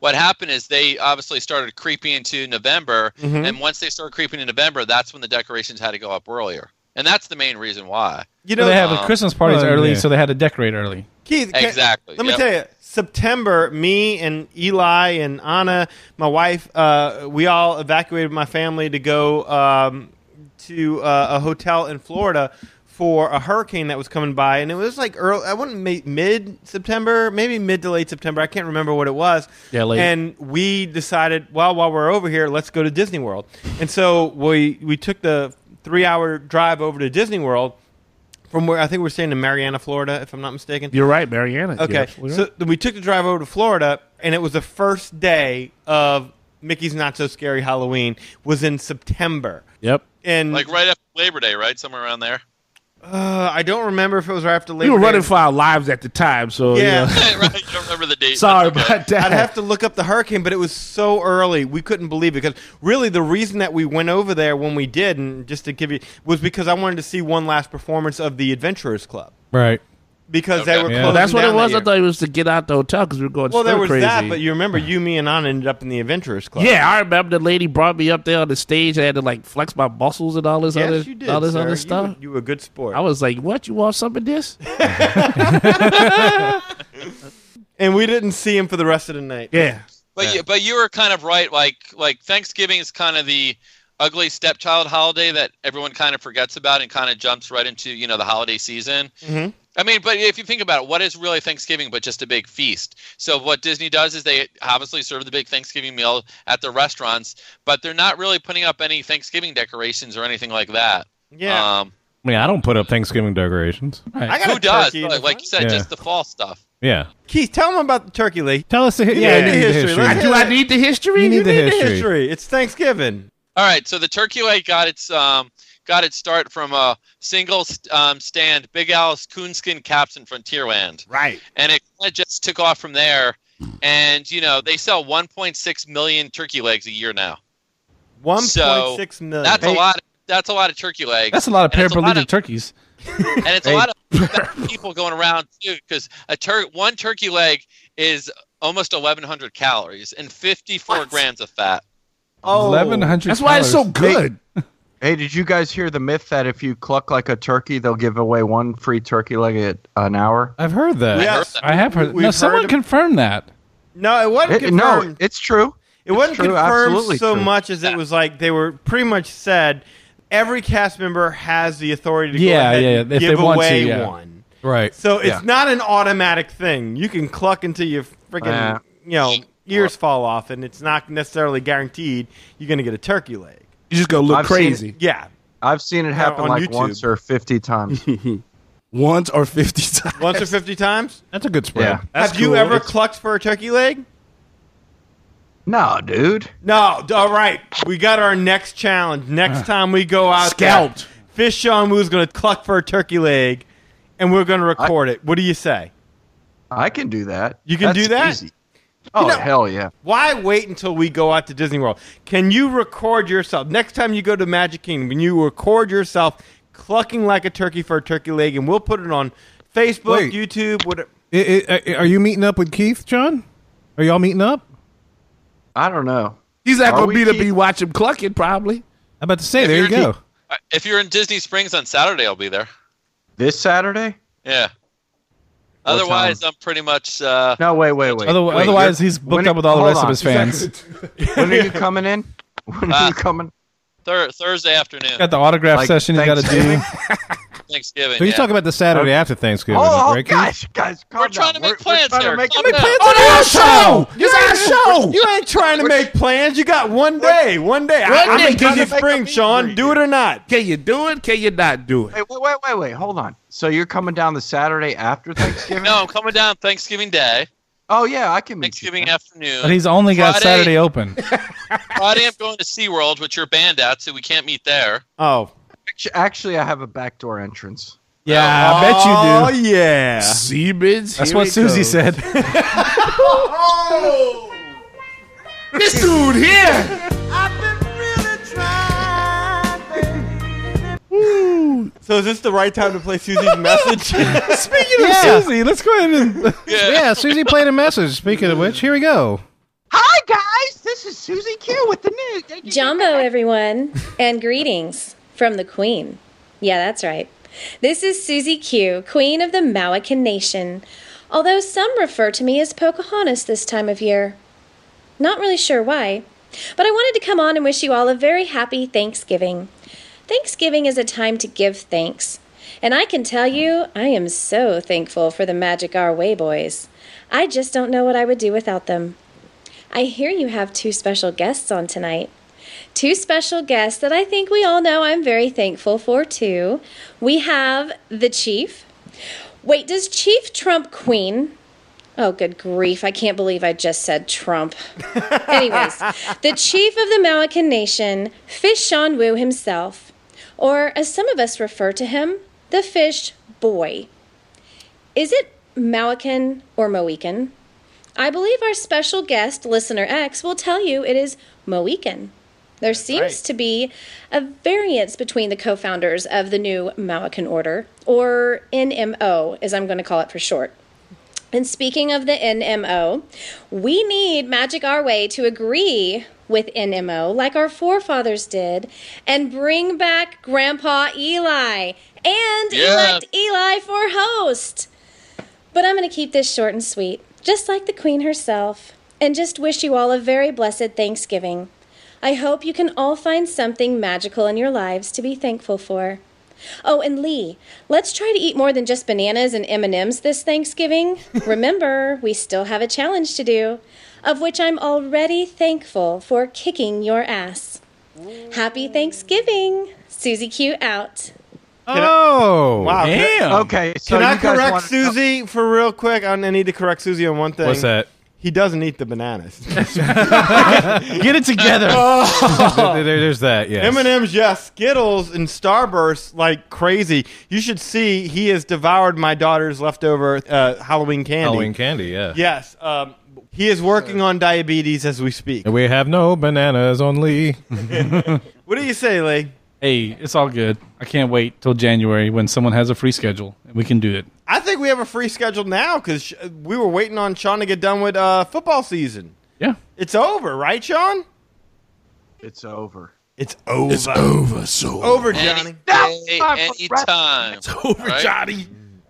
What happened is they obviously started creeping into November, Mm-hmm. and once they started creeping in November, that's when the decorations had to go up earlier, and that's the main reason why. You they have um, Christmas parties well, early, yeah. so they had to decorate early. Keith, can- Exactly, Let yep. me tell you, September, me and Eli and Anna, my wife, uh, we all evacuated my family to go um, to uh, a hotel in Florida for a hurricane that was coming by, and it was like early. I wouldn't make mid September, maybe mid to late September. I can't remember what it was. Yeah, late. And we decided, well, while we're over here, let's go to Disney World. And so we we took the three hour drive over to Disney World. From where I think we're staying in Mariana, Florida, if I'm not mistaken. You're right, Mariana. You're Okay, absolutely so right. then we took the drive over to Florida, and it was the first day of Mickey's Not So Scary Halloween was in September, yep. and Like Mm-hmm. right after Labor Day, right somewhere around there. uh, I don't remember if it was right after Labor We were Day. running for our lives at the time, so Yeah. yeah. right, you don't remember the date. Sorry That's okay. about that. I'd have to look up the hurricane, but it was so early we couldn't believe it. Because really, the reason that we went over there when we did, and just to give you, was because I wanted to see one last performance of the Adventurers Club Right. because they Okay. were Yeah. Well, closing Well, that's what down it was. that I year. thought it was to get out the hotel because we were going. Well, there stir was crazy. that, but you remember you, me, and Anna ended up in the Adventurers Club. Yeah, I remember the lady brought me up there on the stage. I had to like flex my muscles and all this yes, other, you did. all this sir. other You stuff. were- You were a good sport. I was like, "What? You want some of this?" and we didn't see him for the rest of the night. Yeah, But you, but you were kind of right. Like like Thanksgiving is kind of the ugly stepchild holiday that everyone kind of forgets about and kind of jumps right into you know the holiday season. Mhm. I mean, but if you think about it, what is really Thanksgiving but just a big feast? So what Disney does is they obviously serve the big Thanksgiving meal at the restaurants, but they're not really putting up any Thanksgiving decorations or anything like that. yeah. Um, I mean, I don't put up Thanksgiving decorations. I got who a does? turkey in Like, the like you front. said, Yeah. just the fall stuff. Yeah. Keith, tell him about the turkey leg. Tell us the, hi- Yeah, yeah, the you need the history. history. Let's do I need the history? You need the The history. history. It's Thanksgiving. All right, so the turkey leg got its um, got its start from a single st- um, stand Big Al's coonskin caps in Frontierland, Right. and it kind of just took off from there. And you know they sell 1.6 million turkey legs a year now. One point six million. That's a Hey. lot. That's a lot of turkey legs. Uh, That's a lot of And it's a lot paraplegic of- turkeys. and it's a lot of people going around too because a tur- one turkey leg is almost 1,100 calories and 54 grams of fat. Oh, Eleven hundred. That's why it's so good. Hey, did you guys hear the myth that if you cluck like a turkey, they'll give away one free turkey leg at an hour? I've heard that. Yeah. Yes. I have heard. We've No, someone heard- confirmed that. No, it wasn't It- no, confirmed. it's true. it wasn't true, confirmed absolutely so true. much as it was like they were pretty much said every cast member has the authority to Yeah, go ahead yeah, and if they give want to, away yeah. one. Right. So it's Yeah. not an automatic thing. You can cluck until you freaking Yeah. you know ears fall off, and it's not necessarily guaranteed you're going to get a turkey leg. You just go look I've seen crazy Yeah, I've seen it happen uh, on like YouTube. once or 50 times. once or fifty times. once or fifty times. That's a good yeah. spread. That's Have you cool. ever It's- clucked for a turkey leg? No, dude. No. D- All right, we got our next challenge. Next time we go out, Uh. Scalped. there, Fish Sean Woo's going to cluck for a turkey leg, and we're going to record it. What do you say? I can do that. You can That's do that? easy. Oh, know- hell yeah. Why wait until we go out to Disney World? Can you record yourself next time you go to Magic Kingdom? Can you record yourself clucking like a turkey for a turkey leg, and we'll put it on Facebook, Wait. YouTube, whatever. I- I- I- are you meeting up with Keith, John? Are y'all meeting up? I don't know. He's not Are gonna we be to be keep- watching clucking probably. I'm about to say, there you Uh, you're- go. If you're in Disney Springs on Saturday, I'll be there. This Saturday? Yeah. Otherwise, I'm pretty much. Uh, No, wait, wait, wait. Otherwise, Wait, otherwise you're- he's booked when- up with all the hold rest on. of his fans. when are you coming in? When are Uh, you coming? Thur- Thursday afternoon, Got the autograph Like, session you got to do. Thanksgiving? Thanksgiving. So he's yeah. talking about the Saturday after Thanksgiving, Oh, oh right? Keith? guys, guys, calm We're trying to down. make We're- plans We're trying here. to make Calm plans. down. Oh, It's our show. It's our show. You ain't trying to make plans. You got one day. One day. I, One I'm day. in Trying to Disney make a Spring, meet Sean. greet. Do it or not. Can you do it? Can you not do it? Wait, wait, wait, wait, wait. Hold on. So you're coming down the Saturday after Thanksgiving? No, I'm coming down Thanksgiving Day, Oh yeah, I can meet Thanksgiving you. afternoon. But he's only got Friday. Saturday open. Friday, I'm going to SeaWorld with your band out, so we can't meet there. Oh. Actu- Actually, I have a backdoor entrance. Yeah, I bet you do. Oh yeah. Siemens. That's here what it Susie goes. said. This dude here. So is this the right time to play Susie's message? Speaking of Susie, let's go ahead and. Yeah. yeah, Susie played a message. Speaking of which, here we go. Hi guys, this is Susie Q with the news. Jumbo, everyone, and greetings from the Queen. Yeah, that's right. This is Susie Q, Queen of the Mowacan Nation, although some refer to me as Pocahontas this time of year. Not really sure why, but I wanted to come on and wish you all a very happy Thanksgiving. Thanksgiving is a time to give thanks. And I can tell you, I am so thankful for the Magic Our Way boys. I just don't know what I would do without them. I hear you have two special guests on tonight. Two special guests that I think we all know I'm very thankful for, too. We have the Chief. Wait, does Chief Trump Queen? Oh, good grief. I can't believe I just said Trump. Anyways, the Chief of the Mowacan Nation, Fish Sean Wu himself, or as some of us refer to him, the Fish Boy. Is it Mowacan or Mohican? I believe our special guest, Listener X, will tell you it is Mohican. There seems to be a variance between the co founders of the new Mohican Order, or NMO, as I'm going to call it for short. And speaking of the NMO, we need Magic Our Way to agree with NMO like our forefathers did and bring back Grandpa Eli and Yeah. elect Eli for host. But I'm going to keep this short and sweet, just like the Queen herself, and just wish you all a very blessed Thanksgiving. I hope you can all find something magical in your lives to be thankful for. Oh, and Lee, let's try to eat more than just bananas and M&Ms this Thanksgiving. Remember, we still have a challenge to do, of which I'm already thankful for kicking your ass. Happy Thanksgiving. Susie Q out. Oh, Wow. Damn. Okay, so Can I you guys correct wanna- Susie for real quick? I I need to correct Susie on one thing. What's that? He doesn't eat the bananas. Get it together. Oh. There- there- there's that. Yes. M&M's, yes. Skittles and Starburst like crazy. You should see he has devoured my daughter's leftover uh, Halloween candy. Halloween candy. Yeah. Yes. Um, he is working on diabetes as we speak. And we have no bananas only. What do you say, Lee? Hey, it's all good. I can't wait till January when someone has a free schedule and we can do it. I think we have a free schedule now because we were waiting on Sean to get done with uh, football season. Yeah. It's over, right, Sean? It's over. It's over. It's Over, so over, Johnny. Any, Stop. anytime. over, Right? Johnny.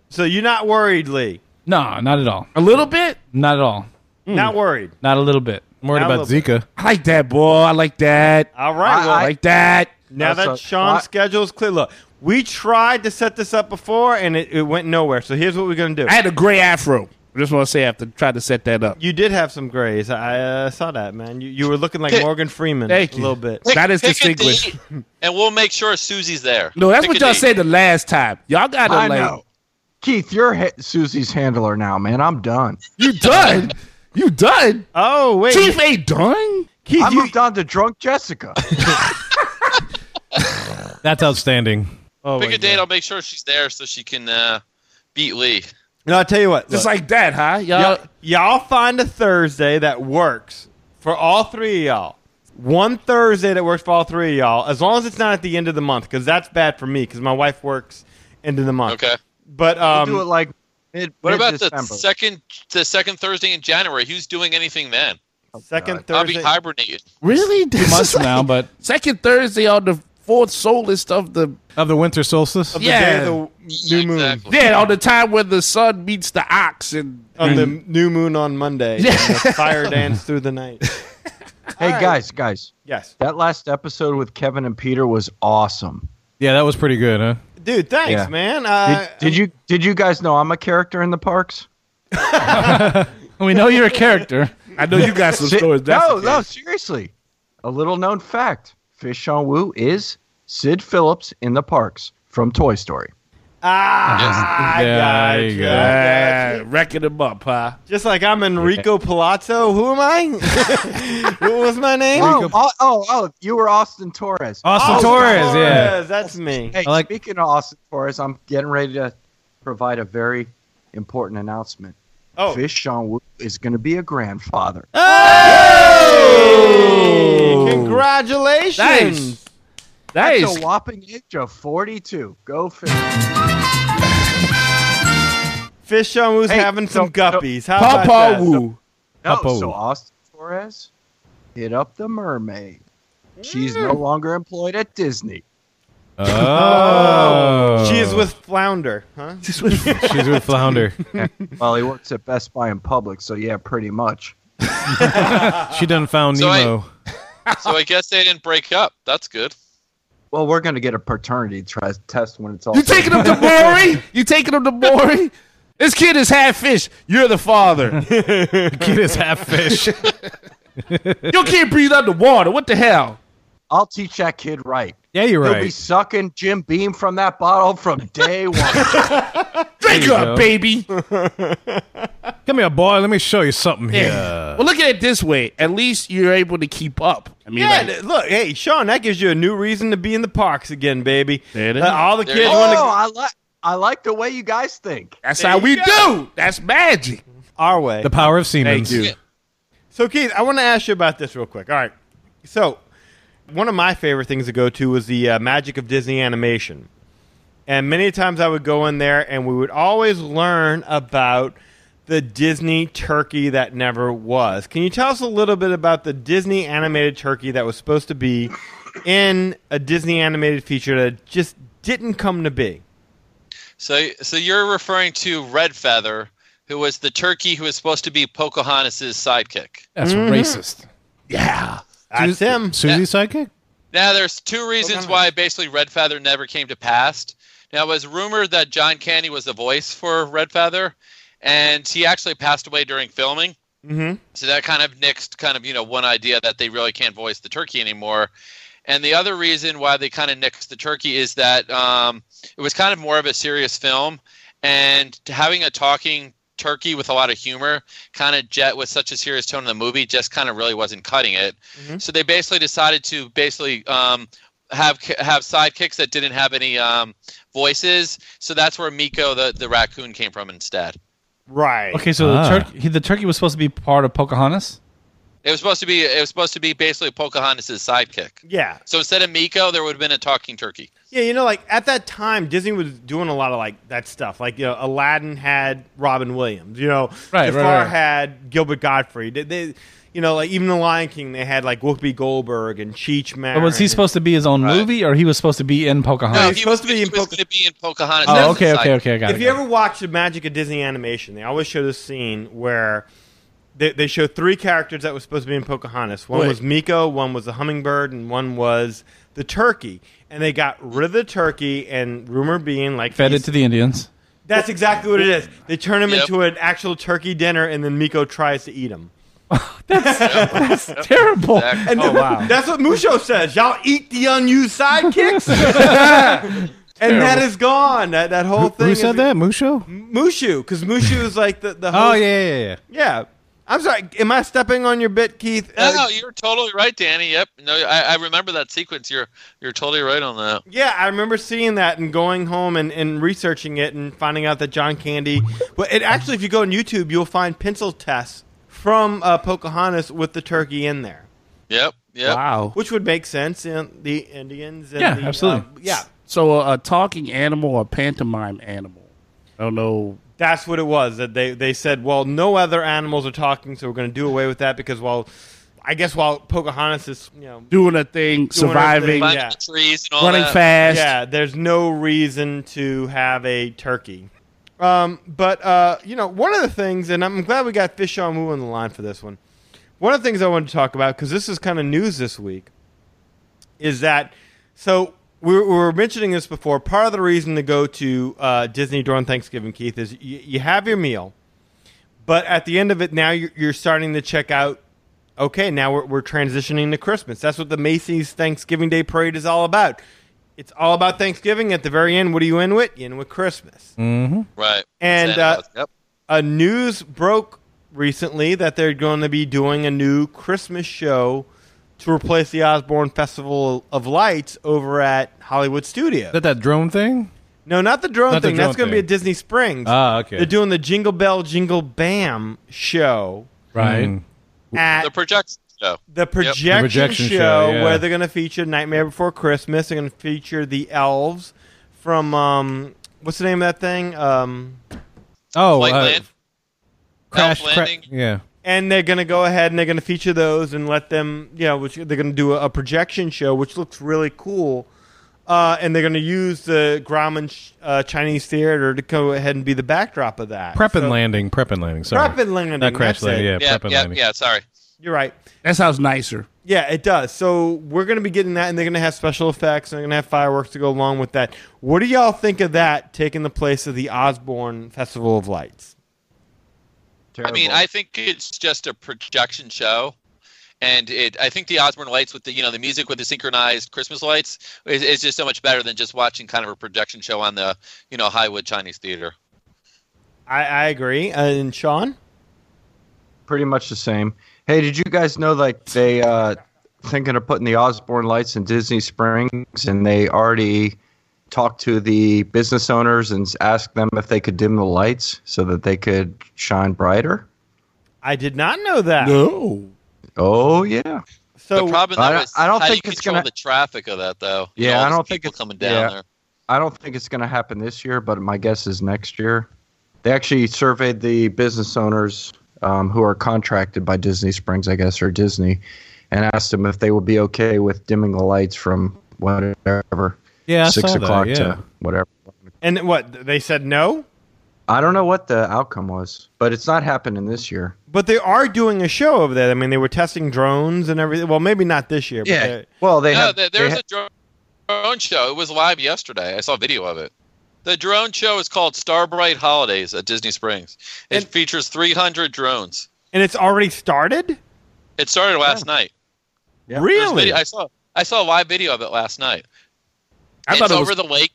So you're not worried, Lee? No, not at all. A little bit. Not at all. Not worried. Not a little bit. I'm worried Now about a little Zika. I like that, boy. I like that. I All right. I- well, I- like that. Now That's that a- Sean's I- schedule is clear, look, we tried to set this up before and it, it went nowhere. So here's what we're gonna do. I had a gray afro. I just want to say I have to try to set that up. you did have some grays. I uh, saw that, man. You, you were looking like Pick- Morgan Freeman Thank a you. little bit. That is Pick a distinguished. date, And we'll make sure Susie's there. No, that's Pick what a y'all date. said the last time. Y'all got to I like. know. Keith, you're ha- Susie's handler now, man. I'm done. You done? You done? Oh wait, Chief ain't done. Keith, I you- moved on to drunk Jessica. That's outstanding. oh, Pick my a date. God. I'll make sure she's there so she can uh, beat Lee. No, I'll tell you what. Just look, like uh, that, huh? Y'all. y'all, y'all find a Thursday that works for all three of y'all. One Thursday that works for all three of y'all, as long as it's not at the end of the month, because that's bad for me, because my wife works end of the month. Okay. But um, do it like mid. What about the December. second the second Thursday in January? Who's doing anything then? second I'll be Thursday. hibernating. really? This Months is like- now, but Second Thursday on the fourth solstice of the Of the winter solstice? The day of the Yeah, new moon. exactly. yeah on the time when the sun meets the ox and um, On the new moon on Monday. and the fire dance through the night. Hey guys, guys, Yes. that last episode with Kevin and Peter was awesome. Yeah, that was pretty good, huh? Dude, thanks, Yeah. man. Did, Uh, did you did you guys know I'm a character in the parks? We know you're a character. I know you got some Si- stories. That's no, okay. no, seriously. A little known fact: Fish on Wu is Sid Phillips in the parks from Toy Story. Ah, Yes. I There got you go. Ah, Racking them up, huh? Just like I'm Enrico Palazzo. Who am I? what was my name? Oh, oh, oh, oh, you were Austin Torres. Austin Torres, yeah. Torres, That's me. Hey, I like- speaking of Austin Torres, I'm getting ready to provide a very important announcement. Oh. Fish Sean Wu is going to be a grandfather. Hey, Congratulations. Nice. Nice. That's a whopping age of 42. Go fish. Fish Sean Woo's Hey, having some so- so- guppies. How about Papa that? Wu. No, Apo. so Austin Torres hit up the mermaid. She's Mm. no longer employed at Disney. Oh. She is with Flounder, huh? She's with Flounder. Well, he works at Best Buy and Publix, so yeah, pretty much. She done found So I- Nemo. so I guess they didn't break up. That's good. Well, we're going to get a paternity test test when it's all. You taking him to Maury? You taking him to Maury? This kid is half fish. You're the father. Kid is half fish. Your kid breathe underwater. What the hell? I'll teach that kid right. Yeah, you're He'll be right. sucking Jim Beam from that bottle from day one. Drink There you up, go. baby. Come here, boy. Let me show you something here. Well, look at it this way. At least you're able to keep up. I mean, Yeah, like, th- look, hey, Sean, that gives you a new reason to be in the parks again, baby. There it is. Uh, all the There kids it is. want oh, to I like I like the way you guys think. that's how we do. That's magic. our way. The power of Siemens. Thank you. So Keith, I want to ask you about this real quick. All right. So one of my favorite things to go to was the uh, magic of Disney animation, and many times I would go in there, and we would always learn about the Disney turkey that never was. Can you tell us a little bit about the Disney animated turkey that was supposed to be in a Disney animated feature that just didn't come to be? So, so you're referring to Red Feather, who was the turkey who was supposed to be Pocahontas's sidekick. That's Mm-hmm. racist. Yeah. That's him. Susie's sidekick? Now, there's two reasons why basically Red Feather never came to pass. Now, it was rumored that John Candy was the voice for Red Feather, and he actually passed away during filming. Mm-hmm. So that kind of nixed kind of, you know, one idea that they really can't voice the turkey anymore. And the other reason why they kind of nixed the turkey is that um, it was kind of more of a serious film, and having a talking turkey with a lot of humor, kind of jet with such a serious tone in the movie, just kind of really wasn't cutting it. Mhm. So they basically decided to basically um, have have sidekicks that didn't have any um, voices. So that's where Miko the, the raccoon came from instead. Right. Okay, so Ah. the turkey he- the turkey was supposed to be part of Pocahontas. It was supposed to be it was supposed to be basically Pocahontas' sidekick. Yeah. So instead of Miko, there would have been a talking turkey. Yeah, you know, like at that time, Disney was doing a lot of like that stuff. Like, you know, Aladdin had Robin Williams. You know, Right, right, Jafar right. had Gilbert Godfrey. They, they, you know, like even the Lion King, they had like Whoopi Goldberg and Cheech Marin. But was he supposed to be his own movie, or he was supposed to be in No, Pocahontas? he supposed was, to be he in was Poca- going to be in Pocahontas. oh, as the okay, okay, sidekick. okay, I got it. If you ever watch the Magic of Disney animation, they always show this scene where they, they show three characters that were supposed to be in Pocahontas. One Wait. was Miko, one was the hummingbird, and one was the turkey. And they got rid of the turkey, and rumor being like fed he's- it to the Indians. That's exactly what it is. They turn him Yep. into an actual turkey dinner, and then Miko tries to eat him. Terrible. Exactly. Oh, And wow. that's what Musho says. Y'all eat the unused sidekicks, and that is gone. That that whole thing. Who is- e-, said that? Musho? Mushu, because Mushu is like the the. Oh, host- yeah, yeah, yeah. yeah. I'm sorry. Am I stepping on your bit, Keith? No, Uh, no, you're totally right, Danny. Yep. No, I, I remember that sequence. You're you're totally right on that. Yeah, I remember seeing that and going home and, and researching it and finding out that John Candy. Well, it actually, if you go on YouTube, you'll find pencil tests from uh, Pocahontas with the turkey in there. Yep. Yep. Wow. which would make sense in the Indians. And Yeah, the, absolutely. uh, yeah, So a, a talking animal or pantomime animal. I don't know. that's what it was. That they they said, well, no other animals are talking, so we're going to do away with that because, well, I guess while Pocahontas is, you know, doing a thing, surviving, thing, Climbing Yeah. trees and all running that. fast. yeah, there's no reason to have a turkey. Um, but uh, you know, one of the things, and I'm glad we got Fish on Wu on the line for this one. One of the things I wanted to talk about because this is kind of news this week is that so we were, we were mentioning this before. Part of the reason to go to uh, Disney during Thanksgiving, Keith, is you, you have your meal, but at the end of it, now you're, you're starting to check out. Okay, now we're, we're transitioning to Christmas. That's what the Macy's Thanksgiving Day Parade is all about. It's all about Thanksgiving. At the very end, what are you in with? You in with Christmas. Mm. Right. And, Santa uh, Claus. yep. A news broke recently that they're going to be doing a new Christmas show to replace the Osborne Festival of Lights over at Hollywood Studios. that that drone thing? No, not the drone Not the thing. drone That's going to be thing. at Disney Springs. Ah, okay. They're doing the Jingle Bell Jingle Bam show Right. Mm. at the projection show. the projection, The projection show, show, yeah. where they're going to feature Nightmare Before Christmas. They're going to feature the elves from um, what's the name of that thing? Um, Oh, Flight uh, land. crash, Elf cra- landing. yeah. and they're going to go ahead and they're going to feature those and let them, you know, which they're going to do a, a projection show, which looks really cool. Uh, and they're going to use the Grauman uh, Chinese Theater to go ahead and be the backdrop of that. Prep and So- landing. Prep and landing. Sorry. Prep and landing. Not crash that's landing. it. Yeah. Yeah, prep and yeah, landing. yeah. Sorry. You're right. That sounds nicer. Yeah, it does. So we're going to be getting that, and they're going to have special effects, and they're going to have fireworks to go along with that. What do y'all think of that taking the place of the Osborne Festival of Lights? I mean, I think it's just a projection show, and it. I think the Osborne lights with the you know the music with the synchronized Christmas lights is, is just so much better than just watching kind of a projection show on the you know Highwood Chinese Theater. I, I agree. Uh, And Sean, pretty much the same. Hey, did you guys know like they uh thinking of putting the Osborne lights in Disney Springs and they already talked to the business owners and s- asked them if they could dim the lights so that they could shine brighter? I did not know that. No. Oh yeah. So the problem I that don't- was I don't how do you think it's control gonna- the traffic of that though. You Yeah, know, all I these don't think people it's- coming down yeah. there. I don't think it's going to happen this year, but my guess is next year. They actually surveyed the business owners um, who are contracted by Disney Springs, I guess, or Disney, and asked them if they would be okay with dimming the lights from whatever Yeah, I six saw o'clock that, yeah. to whatever. and what they said no, I don't know what the outcome was, but it's not happening this year. but they are doing a show over there. I mean, they were testing drones and everything. Well, maybe not this year. But they- Well, they No, have. there, they there's ha- a drone, drone show. It was live yesterday. I saw video of it. The drone show is called Starbright Holidays at Disney Springs. It And- features 300 drones. and it's already started. It started last night. Yeah. There's Really? video- I saw I saw a live video of it last night. I it's thought it over was the lake.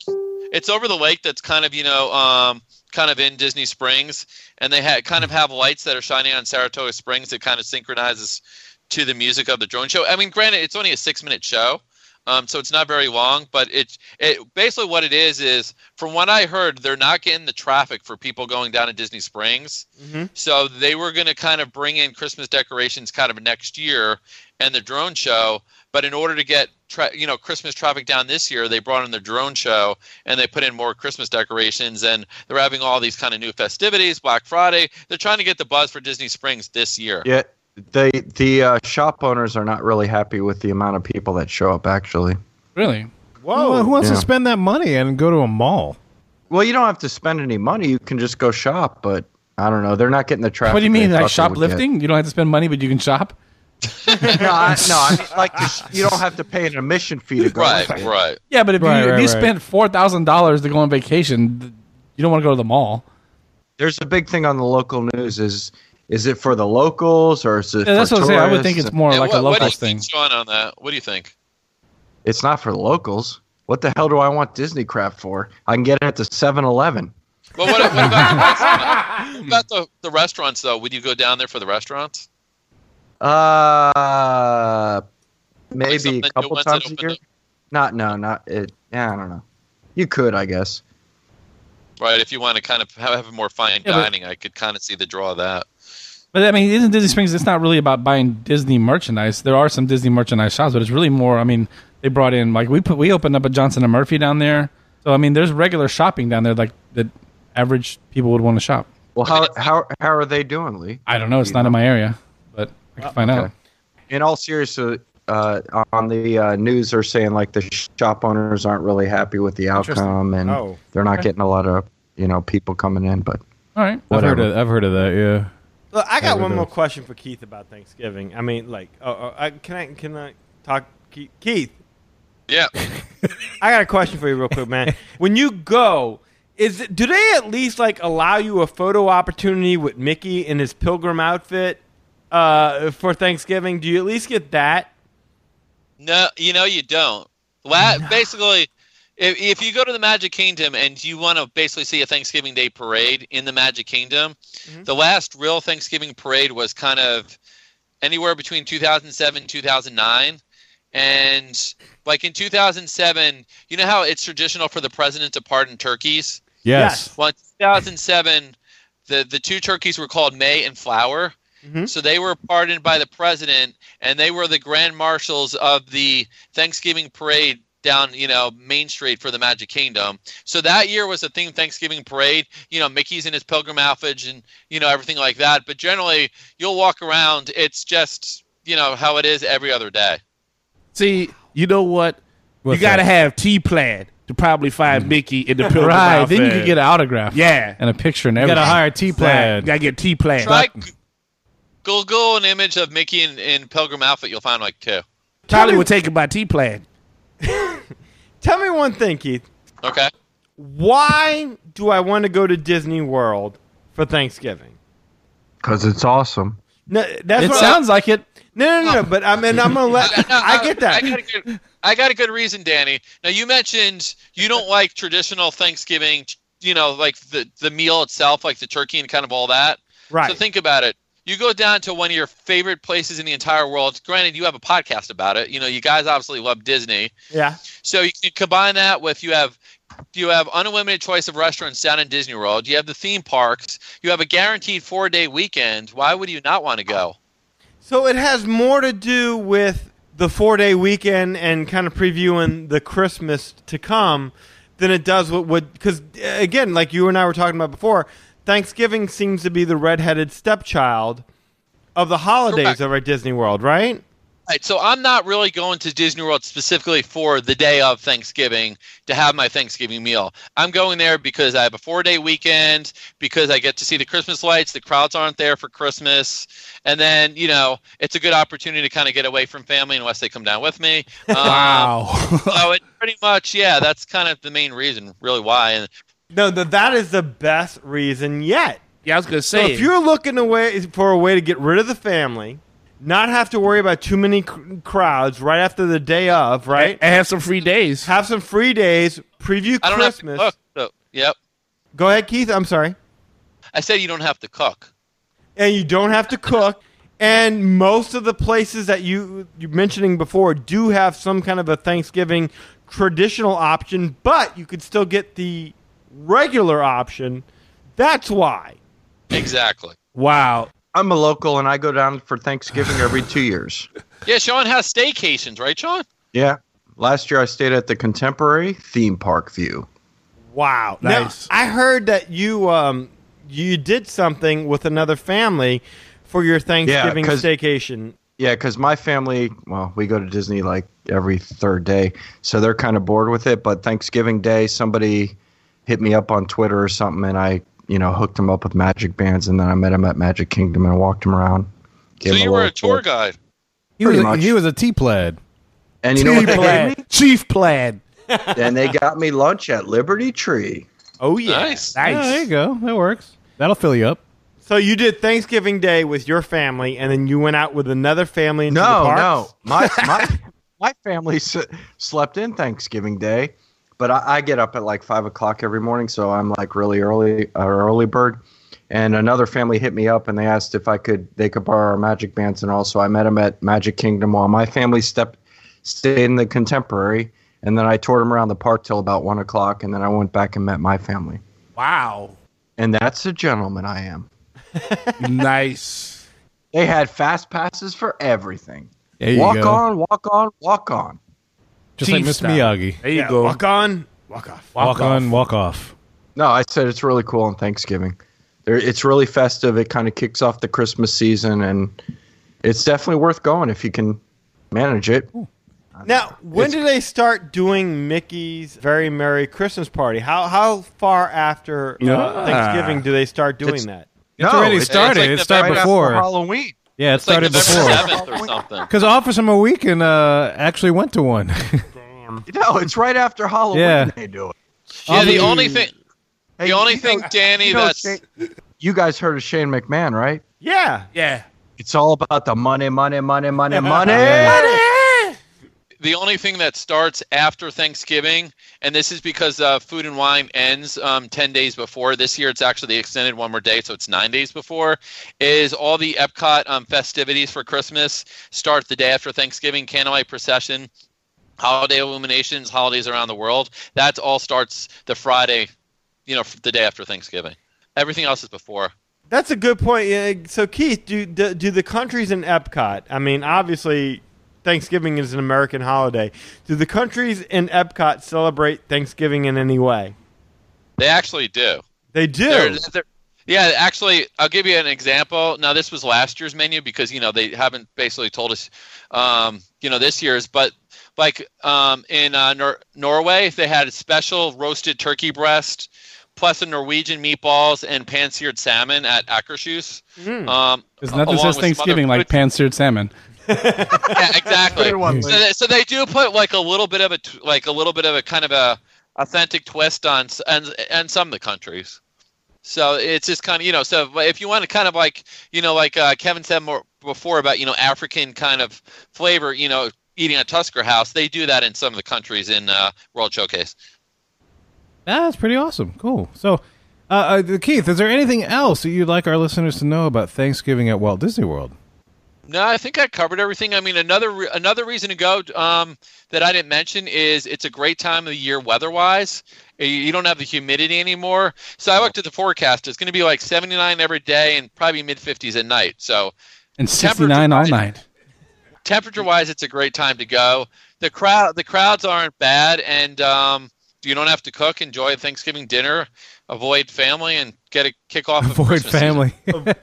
It's over the lake. That's kind of you know, um, kind of in Disney Springs, and they ha- kind of have lights that are shining on Saratoga Springs that kind of synchronizes to the music of the drone show. I mean, granted, it's only a six-minute show, um, so it's not very long. But it, it basically what it is is, from what I heard, they're not getting the traffic for people going down to Disney Springs. Mhm. So they were going to kind of bring in Christmas decorations kind of next year and the drone show. But in order to get tra- you know Christmas traffic down this year, they brought in the drone show and they put in more Christmas decorations. And they're having all these kind of new festivities, Black Friday. They're trying to get the buzz for Disney Springs this year. yeah, they the uh, shop owners are not really happy with the amount of people that show up. Actually, Really? Whoa! Well, who wants Yeah. to spend that money and go to a mall? Well, you don't have to spend any money. You can just go shop, but I don't know. They're not getting the traffic. What do you mean? they Like thought they would get. shoplifting? You don't have to spend money, but you can shop. no, I, no. I mean, like you don't have to pay an admission fee to go. Right, with it. right. Yeah, but if Right, you, if right, you right. spent four thousand dollars to go on vacation, th- you don't want to go to the mall. There's a big thing on the local news. Is is it for the locals or is it? Yeah, that's for what I'm saying. I would tourists? think it's more Yeah, like what, a what do local you thing. think, Sean, on that? What do you think? It's not for the locals. What the hell do I want Disney crap for? I can get it at the 7-Eleven. Well, what, what about, the restaurant? What about the, the restaurants though? Would you go down there for the restaurants? Uh, maybe something a that couple you times a went to year. open Not no, not it. Yeah, I don't know. You could, I guess. Right, if you want to kind of have, have more fine Yeah, but- dining, I could kind of see the draw of that. But I mean, isn't Disney Springs? It's not really about buying Disney merchandise. There are some Disney merchandise shops, but it's really more. I mean, they brought in like we put we opened up a Johnson and Murphy down there. So I mean, there's regular shopping down there like that average people would want to shop. Well, how how how are they doing, Lee? I don't know. It's not in my area, but I can find out. in all seriousness, uh, on the uh, news, they're saying like the shop owners aren't really happy with the outcome, and Oh. they're not getting a lot of you know people coming in. But All right. I've heard, Whatever. of, I've heard of that. Yeah. Look, I got Never one does. more question for Keith about Thanksgiving. I mean, like, oh, oh, I, can I can I talk Keith? Keith, Yeah. I got a question for you, real quick, man. when you go, is it- do they at least like allow you a photo opportunity with Mickey in his pilgrim outfit uh, for Thanksgiving? Do you at least get that? No, you know you don't. La- Basically, if, if you go to the Magic Kingdom and you want to basically see a Thanksgiving Day parade in the Magic Kingdom, the last real Thanksgiving parade was kind of anywhere between 2007 2009. And like in 2007, you know how it's traditional for the president to pardon turkeys? Yes. Well, in 2007, the, the two turkeys were called May and Flower. So they were pardoned by the president, and they were the grand marshals of the Thanksgiving parade down, you know, Main Street for the Magic Kingdom. So that year was a themed Thanksgiving parade. You know, Mickey's in his pilgrim outfit and you know everything like that. But generally, you'll walk around. It's just you know how it is every other day. See, you know what? What's you got to that? have T plan to probably find Mickey in the pilgrim Mm-hmm. Right. Then you outfit. could get an autograph. Yeah. And a picture and You everything. got a higher T Plan. plan. Gotta get T plan. Try g- Google an image of Mickey in, in pilgrim outfit. You'll find like two. Probably would take it by T plan. Tell me one thing, Keith. Okay. Why do I want to go to Disney World for Thanksgiving? because it's awesome. No, that's It what sounds like it. no, no, no, no. But I mean, I'm gonna let. No, I get that. I got, a good, I got a good reason, Danny. Now you mentioned you don't like traditional Thanksgiving, you know, like the the meal itself, like the turkey and kind of all that. Right. So think about it. You go down to one of your favorite places in the entire world. Granted, you have a podcast about it. You know, you guys obviously love Disney. yeah. So you can combine that with you have you have unlimited choice of restaurants down in Disney World. You have the theme parks. You have a guaranteed four day weekend. Why would you not want to go? So it has more to do with the four day weekend and kind of previewing the Christmas to come than it does what would because again, like you and I were talking about before, Thanksgiving seems to be the redheaded stepchild of the holidays Correct. over at Disney World, right? Right, so I'm not really going to Disney World specifically for the day of Thanksgiving to have my Thanksgiving meal. I'm going there because I have a four day weekend, because I get to see the Christmas lights, the crowds aren't there for Christmas, and then, you know, it's a good opportunity to kind of get away from family unless they come down with me. Um, Wow. so it pretty much, yeah, that's kind of the main reason, really, why. And No, the, that is the best reason yet. Yeah, I was gonna So say. if you're looking a way, for a way to get rid of the family, not have to worry about too many cr- crowds right after the day of, right? and have some free days. have some free days, preview I don't Christmas. have to cook. So, yep. Go ahead, Keith. I'm sorry. I said you don't have to cook. And you don't have to cook. And most of the places that you you mentioning before do have some kind of a Thanksgiving traditional option, but you could still get the regular option. That's why. Exactly. Wow. I'm a local and I go down for Thanksgiving every two years. Yeah, Sean has staycations, right, Sean? Yeah. Last year I stayed at the Contemporary Theme Park View. Wow. Now, Nice. I heard that you um you did something with another family for your Thanksgiving 'cause- staycation. Yeah, because my family, well, we go to Disney like every third day, so they're kind of bored with it. But Thanksgiving Day, somebody hit me up on Twitter or something, and I, you know, hooked them up with Magic Bands, and then I met him at Magic Kingdom and walked him around. gave So him you were a little tour tip. guide. He was, Pretty a, much. he was a T plaid. and you know what? They gave Plan. Chief plan. me? and they got me lunch at Liberty Tree. Oh yeah. Nice. Nice. Yeah, there you go. That works. That'll fill you up. So you did Thanksgiving Day with your family, and then you went out with another family into the No, parks? no. My my my family s- slept in Thanksgiving Day, but I, I get up at like five o'clock every morning, so I'm like really early, uh, early bird. And another family hit me up and they asked if I could they could borrow our Magic Bands and all. So I met them at Magic Kingdom while my family stepped stayed in the Contemporary, and then I toured them around the park till about one o'clock, and then I went back and met my family. Wow. And that's a gentleman I am. nice. They had fast passes for everything. There you walk go. on, walk on, walk on. Just like Chief Miss style. Miyagi. There you Yeah, go. Walk on, walk off. Walk, off. on, walk off. No, I said it's really cool on Thanksgiving. There, it's really festive. It kind of kicks off the Christmas season, and it's definitely worth going if you can manage it. Now, when did they start doing Mickey's Very Merry Christmas Party? How how far after uh, Yeah. Thanksgiving do they start doing It's- that? It's already started. like it the started right after before. Halloween. Yeah, it It's like started November before. seventh or something. Because Officer Mawikan uh, actually went to one. No, it's right after Halloween Yeah. they do it. Yeah, the only thing, Hey, the only you thing, know- Danny, you know that's Shane- you guys heard of Shane McMahon, right? Yeah. Yeah. It's all about the money, money, money, money, money. the only thing that starts after Thanksgiving, and this is because uh, Food and Wine ends um, 10 days before. This year, it's actually extended one more day, so it's nine days before. Is all the Epcot um, festivities for Christmas start the day after Thanksgiving, candlelight procession, holiday illuminations, holidays around the world. That all starts the Friday, you know, f- the day after Thanksgiving. Everything else is before. That's a good point. Yeah, So, Keith, do, do do the countries in Epcot? I mean, obviously, Thanksgiving is an American holiday. Do the countries in Epcot celebrate Thanksgiving in any way? They actually do. They do. They're- they're- yeah, actually, I'll give you an example. Now, this was last year's menu because you know they haven't basically told us, um, you know, this year's. But like um, in uh, Nor- Norway, they had a special roasted turkey breast, plus a Norwegian meatballs and pan-seared salmon at Akershus. Um, There's a- nothing says along with some other Thanksgiving like food- pan seared salmon. yeah, exactly. Good one, so, Lee. they, so they do put like a little bit of a t- like a little bit of a kind of a authentic twist on s- and and some of the countries. So it's just kind of you know so if you want to kind of like you know like uh, Kevin said more before about you know African kind of flavor you know eating a Tusker house they do that in some of the countries in uh, World Showcase. That's pretty awesome. Cool. So, uh, uh, Keith, is there anything else that you'd like our listeners to know about Thanksgiving at Walt Disney World? No, I think I covered everything. I mean, another re- another reason to go um, that I didn't mention is it's a great time of the year weather-wise. You- You don't have the humidity anymore. So I looked at the forecast. It's going to be like 79 every day and probably mid 50s at night. So And 69 all Temperature-wise- night. temperature-wise, it's a great time to go. The crowd the crowds aren't bad, and um, you don't have to cook. Enjoy Thanksgiving dinner. Avoid family and get a kickoff. of Avoid Christmas season. family. That's,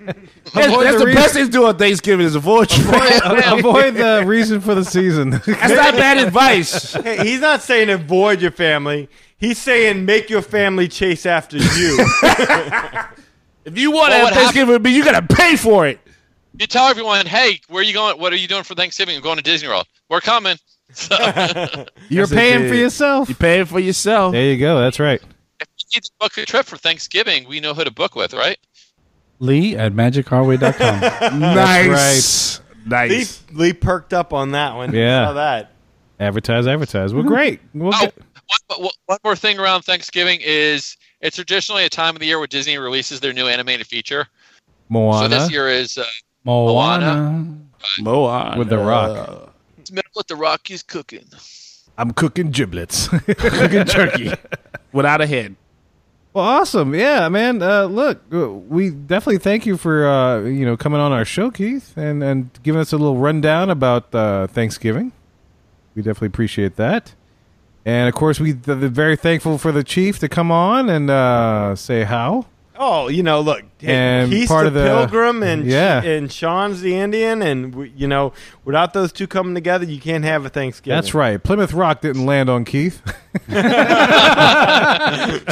Avoid the that's the reason- best thing to do on Thanksgiving is avoid you. Avoid the reason for the season. That's not bad advice. Hey, he's not saying avoid your family. He's saying make your family chase after you. If you want to have Well, what happened- Thanksgiving with me, you got to pay for it. You tell everyone, hey, where are you going? What are you doing for Thanksgiving? I'm going to Disney World. We're coming. So. You're Yes, it paying for is. yourself. You pay it for yourself. There you go. That's right. if you need to book a trip for Thanksgiving, we know who to book with, right? Lee at magicarway.com. Nice. Lee, Nice. Lee perked up on that one. Yeah. Saw that. Advertise, advertise. Well, great. We'll Oh, get- one- one- one more thing around Thanksgiving is it's traditionally a time of the year where Disney releases their new animated feature. So Moana this year is uh, Moana. Moana. with The Rock. it's middle what the Rock is cooking. I'm cooking giblets. cooking turkey. Without a head. Well, awesome. Yeah, man. Uh, look, uh, we definitely thank you for uh, you know coming on our show, Keith, and and giving us a little rundown about uh, Thanksgiving. We definitely appreciate that, and of course, we th- th- very thankful for the chief to come on and uh, say how. Oh, you know, look, And he's part the, of the- pilgrim, and yeah. and Sean's the Indian, and we, you know, without those two coming together, you can't have a Thanksgiving. That's right. Plymouth Rock didn't land on Keith.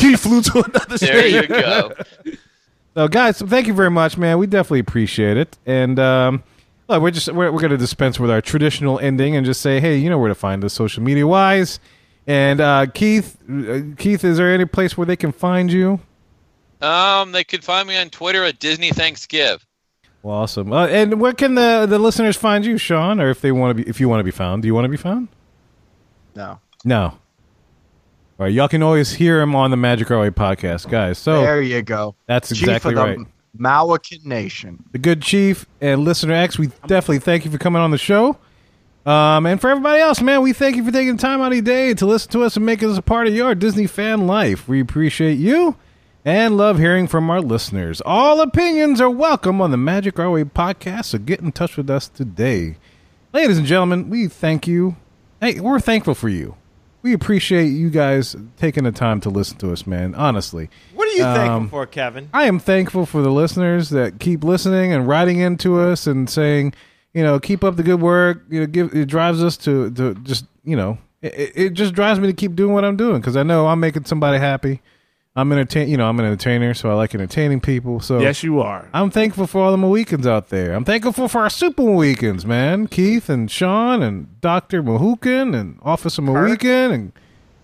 He flew to another There state. you go. So, guys, thank you very much, man. We definitely appreciate it. And um, look, we're just we're, we're going to dispense with our traditional ending and just say, hey, you know where to find us social media wise. And uh, Keith, uh, Keith, is there any place where they can find you? Um, they could find me on Twitter at Disney Thanksgive. Well, awesome. Uh, and where can the, the listeners find you, Sean? Or if they want to be, if you want to be found, do you want to be found? No. No. All right, y'all can always hear him on the Magic Our Way podcast, guys. So There you go. that's Chief exactly of the right. Malawican Nation. the good chief and listener x we definitely thank you for coming on the show um, and for everybody else man we thank you for taking time out of your day to listen to us and make us a part of your disney fan life we appreciate you and love hearing from our listeners all opinions are welcome on the magic our way podcast so get in touch with us today ladies and gentlemen we thank you hey we're thankful for you we appreciate you guys taking the time to listen to us man honestly What are you Um, thankful for, Kevin? I am thankful for the listeners that keep listening and writing into us and saying, you know, keep up the good work. You know, give it drives us to to just you know, it, it just drives me to keep doing what I'm doing because I know I'm making somebody happy. I'm entertain, you know, I'm an entertainer, so I like entertaining people. So Yes, you are. I'm thankful for all the Mohicans out there. I'm thankful for, for our super Mohicans, man. Keith and Sean and Dr. Mahukin and Officer Mohican and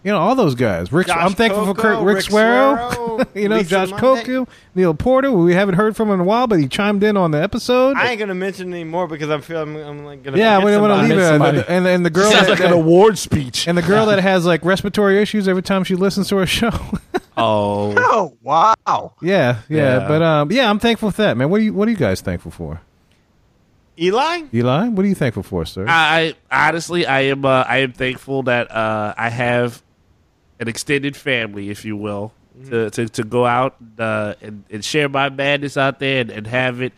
you know, all those guys. Rick Josh I'm thankful for Kurt, Coco, Rick, Rick Suero, Suero, you know, Lisa Josh Monday. Koku, Neil Porter, who we haven't heard from in a while, but he chimed in on the episode. I ain't gonna mention anymore because I'm feeling I'm, like gonna. yeah, we forget don't want to somebody. leave it. And somebody. the, and, and the girl Sounds that, like that- award speech. and the girl that has like respiratory issues every time she listens to our show. Oh, Oh wow! yeah, yeah, Yeah. But um, yeah, I'm thankful for that, man. What are you What are you guys thankful for, Eli. Eli? What are you thankful for, sir? I I- honestly, I am. Uh, I am thankful that uh, I have an extended family, if you will, to, to, to go out uh, and, and share my madness out there and, and have it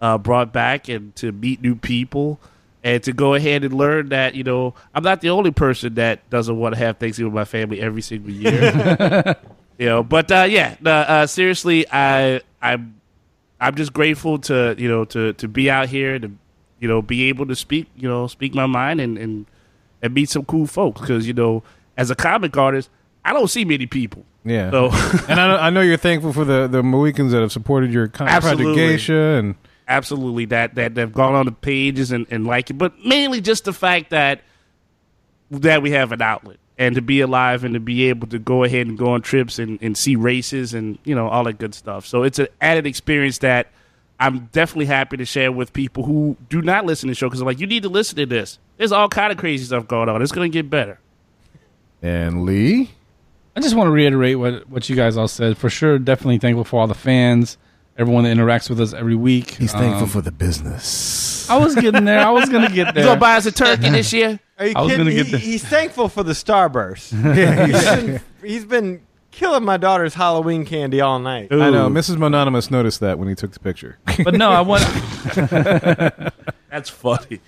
uh, brought back and to meet new people and to go ahead and learn that you know I'm not the only person that doesn't want to have Thanksgiving with my family every single year. you know, but uh, yeah, uh, uh, seriously, I I'm I'm just grateful to you know to to be out here and to you know be able to speak you know speak my mind and and and meet some cool folks because you know as a comic artist I don't see many people. yeah. So and I know, I know you're thankful for the the Mohicans that have supported your con- Project Absolutely. Geisha and absolutely that that they've gone on the pages and and like it, but mainly just the fact that that we have an outlet and to be alive and to be able to go ahead and go on trips and, and see races and you know all that good stuff so it's an added experience that i'm definitely happy to share with people who do not listen to the show because i'm like you need to listen to this there's all kind of crazy stuff going on it's going to get better and Lee. I just want to reiterate what, what you guys all said. For sure, definitely thankful for all the fans, everyone that interacts with us every week. Um, for the business. I was getting there. I was gonna get you there. going to buy us a turkey this year Are you I was kidding? gonna get He- the- he's thankful for the starburst. he's, been, he's been killing my daughter's Halloween candy all night. I know Mrs. Mononymous noticed that when he took the picture. but no, I want. that's funny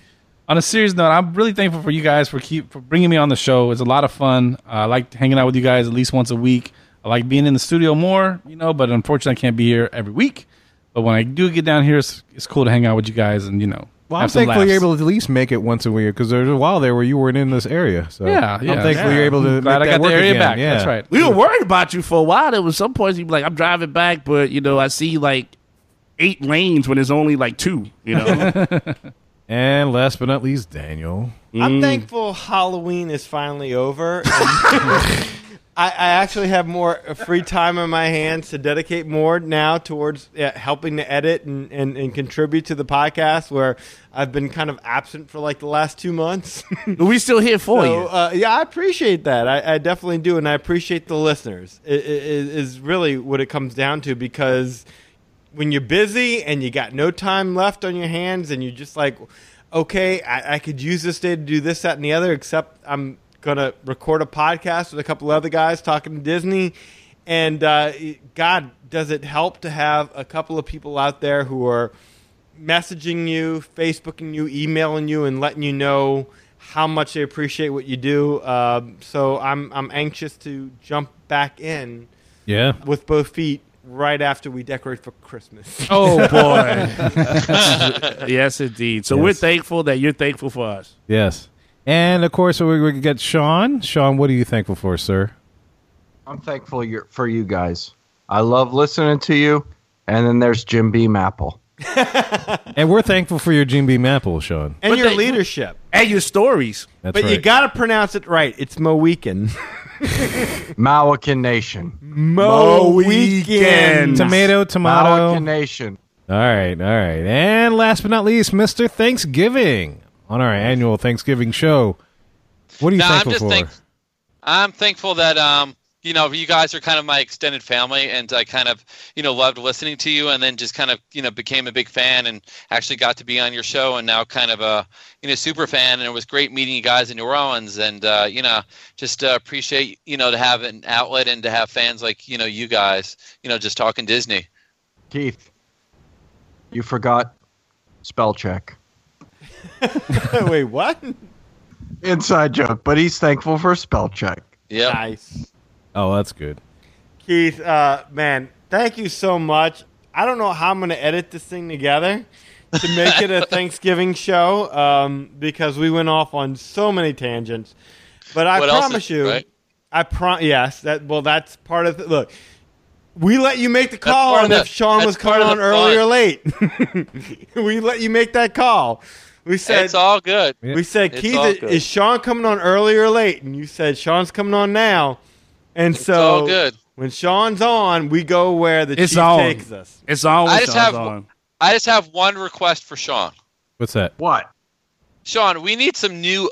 on a serious note, I'm really thankful for you guys for keep for bringing me on the show. It's a lot of fun. Uh, I like hanging out with you guys at least once a week. I like being in the studio more, you know, but unfortunately, I can't be here every week. But when I do get down here, it's, it's cool to hang out with you guys and you know. well, I'm have some thankful you're laughs. able to at least make it once a week because there's a while there where you weren't in this area. So Yeah, I'm yeah. thankful Yeah. you're able to. Glad make I that got work the area again. back. Yeah. That's right. We were worried about you for a while. There was some points you'd be like, I'm driving back, but you know, I see like eight lanes when there's only like two, you know. And last but not least, Daniel. I'm thankful Halloween is finally over. and I, I actually have more uh, free time on my hands to dedicate more now towards uh, helping to edit and, and, and contribute to the podcast where I've been kind of absent for like the last two months. But we still here for So, you. uh, yeah, I appreciate that. I, I definitely do, and I appreciate the listeners. i i- i- is really what it comes down to because when you're busy and you got no time left on your hands, and you're just like, okay, I, I could use this day to do this, that, and the other. Except I'm gonna record a podcast with a couple other guys talking to Disney, and uh, God, does it help to have a couple of people out there who are messaging you, Facebooking you, emailing you, and letting you know how much they appreciate what you do. Um, so I'm I'm anxious to jump back in Yeah. with both feet right after we decorate for Christmas. oh boy. yes indeed. So we're Yes. thankful that you're thankful for us. Yes. And of course, we, we got Sean. Sean, what are you thankful for, sir? I'm thankful you for you guys. I love listening to you. And then there's Jim Beam Apple. And we're thankful for your Gene Beam Apple, Sean. And But your they- leadership. And your stories. That's but right. you gotta pronounce it right. It's Mohican. Malacan Nation. Mohican. tomato, tomato. Malacan Nation. All right, all right. And last but not least, Mr. Thanksgiving on our annual Thanksgiving show. What are you No, I'm thankful just for? thank- I'm thankful that um, you know, you guys are kind of my extended family, and I kind of, you know, loved listening to you, and then just kind of, you know, became a big fan, and actually got to be on your show, and now kind of a, you know, super fan, and it was great meeting you guys in New Orleans, and uh, you know, just uh, appreciate, you know, to have an outlet and to have fans like, you know, you guys, you know, just talking Disney. Keith, you forgot spell check. Wait, what? Inside joke, but he's thankful for spell check. Yeah. Nice. oh, that's good. Keith, uh, man, thank you so much. I don't know how I'm going to edit this thing together, to make it a Thanksgiving show um, because we went off on so many tangents. But I What else is- promise you, right? I prom. Yes, that well, that's part of the, look. We let you make the call part of on the- if Sean that's was part coming of on the early or fun. late. we let you make that call. We said it's all good. we said, It's Keith, all i- good. is Sean coming on early or late? And you said Sean's coming on now. And so all good. when Sean's on, we go where the It's chief on. takes us. It's always I just Sean's have- on. I just have one request for Sean. What's that? What? Sean, we need some new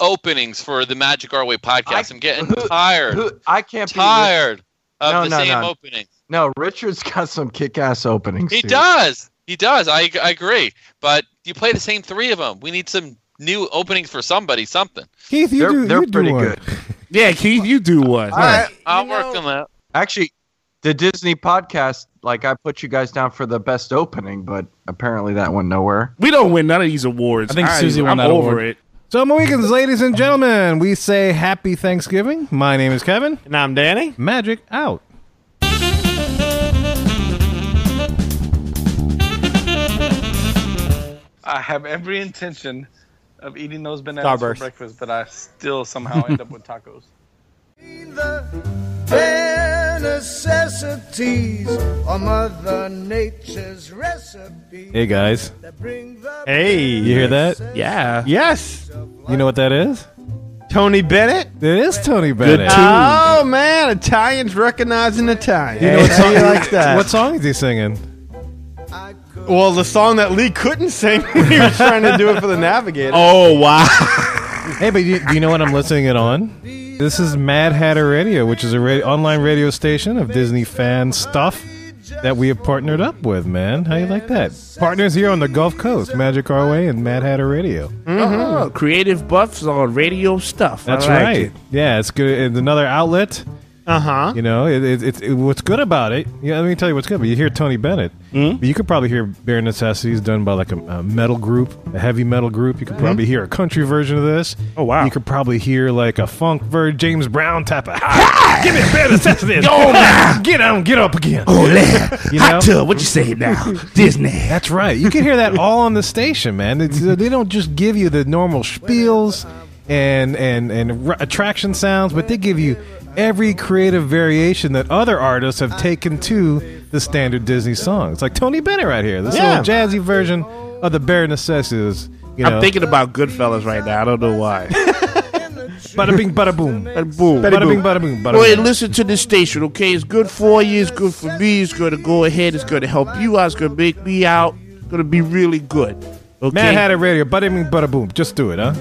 openings for the Magic Our Way podcast. I, am getting tired, Who, I can't be. tired of No, the no, same no. opening. No, Richard's got some kick-ass openings. He dude. does. He does. I, I agree. But you play the same three of them. We need some new openings for somebody, something. Keith, you They're- do. they're you do pretty one. good. Yeah, Keith, you do one. I- I'll work on that. Actually, the Disney podcast, like I put you guys down for the best opening, but apparently that went nowhere. We don't win none of these awards. I think Susie won I'm that over award. it. So, my weekends, ladies and gentlemen, we say happy Thanksgiving. My name is Kevin. And I'm Danny. Magic out. I have every intention of eating those bananas Starburst. for breakfast, but I still somehow end up with tacos. Hey, guys. Hey. You hear that? Yeah. Yes. You know what that is? Tony Bennett. It is Tony Bennett. Oh, man. Italians recognizing Italians. You know what song- like that? What song is he singing? well, the song that Lee couldn't sing when he was trying to do it for the Navigator. Oh wow. Hey, but you, do you know what I'm listening it on? This is Mad Hatter Radio, which is a ra- online radio station of Disney fan stuff that we have partnered up with, man. How you like that? Partners here on the Gulf Coast, Magic Our Way and Mad Hatter Radio. Oh, creative buffs on radio stuff. I That's like right. it. Yeah, it's good. It's another outlet. Uh huh. Uh-huh. You know, it, it, it's it, what's good about it. Yeah, let me tell you what's good. But you hear Tony Bennett. Hmm? But you could probably hear Bare Necessities done by like a, a metal group, a heavy metal group. You could probably hear a country version of this. Hmm? Oh, wow. You could probably hear like a funk version, James Brown type of. Give me a better sense of this. get on, get up again. Oh, You know? Hot tub, what you say now? Disney. That's right. You can hear that all on the station, man. It's, uh, they don't just give you the normal spiels and and and r- attraction sounds, but they give you every creative variation that other artists have taken to the standard Disney songs. Like Tony Bennett right here, this Yeah. little jazzy version of the Bare Necessities. You know, I'm thinking about Goodfellas right now. I don't know why. bada bing, bada boom, And boom. bada bing, bada boom, Go bada ahead and boom. listen to this station, okay? It's good for you. It's good for me. It's going to go ahead. It's going to help you out. It's going to make me out. It's going to be really good. Okay? Mad Hatter Radio, bada bing, bada boom. Just do it, huh?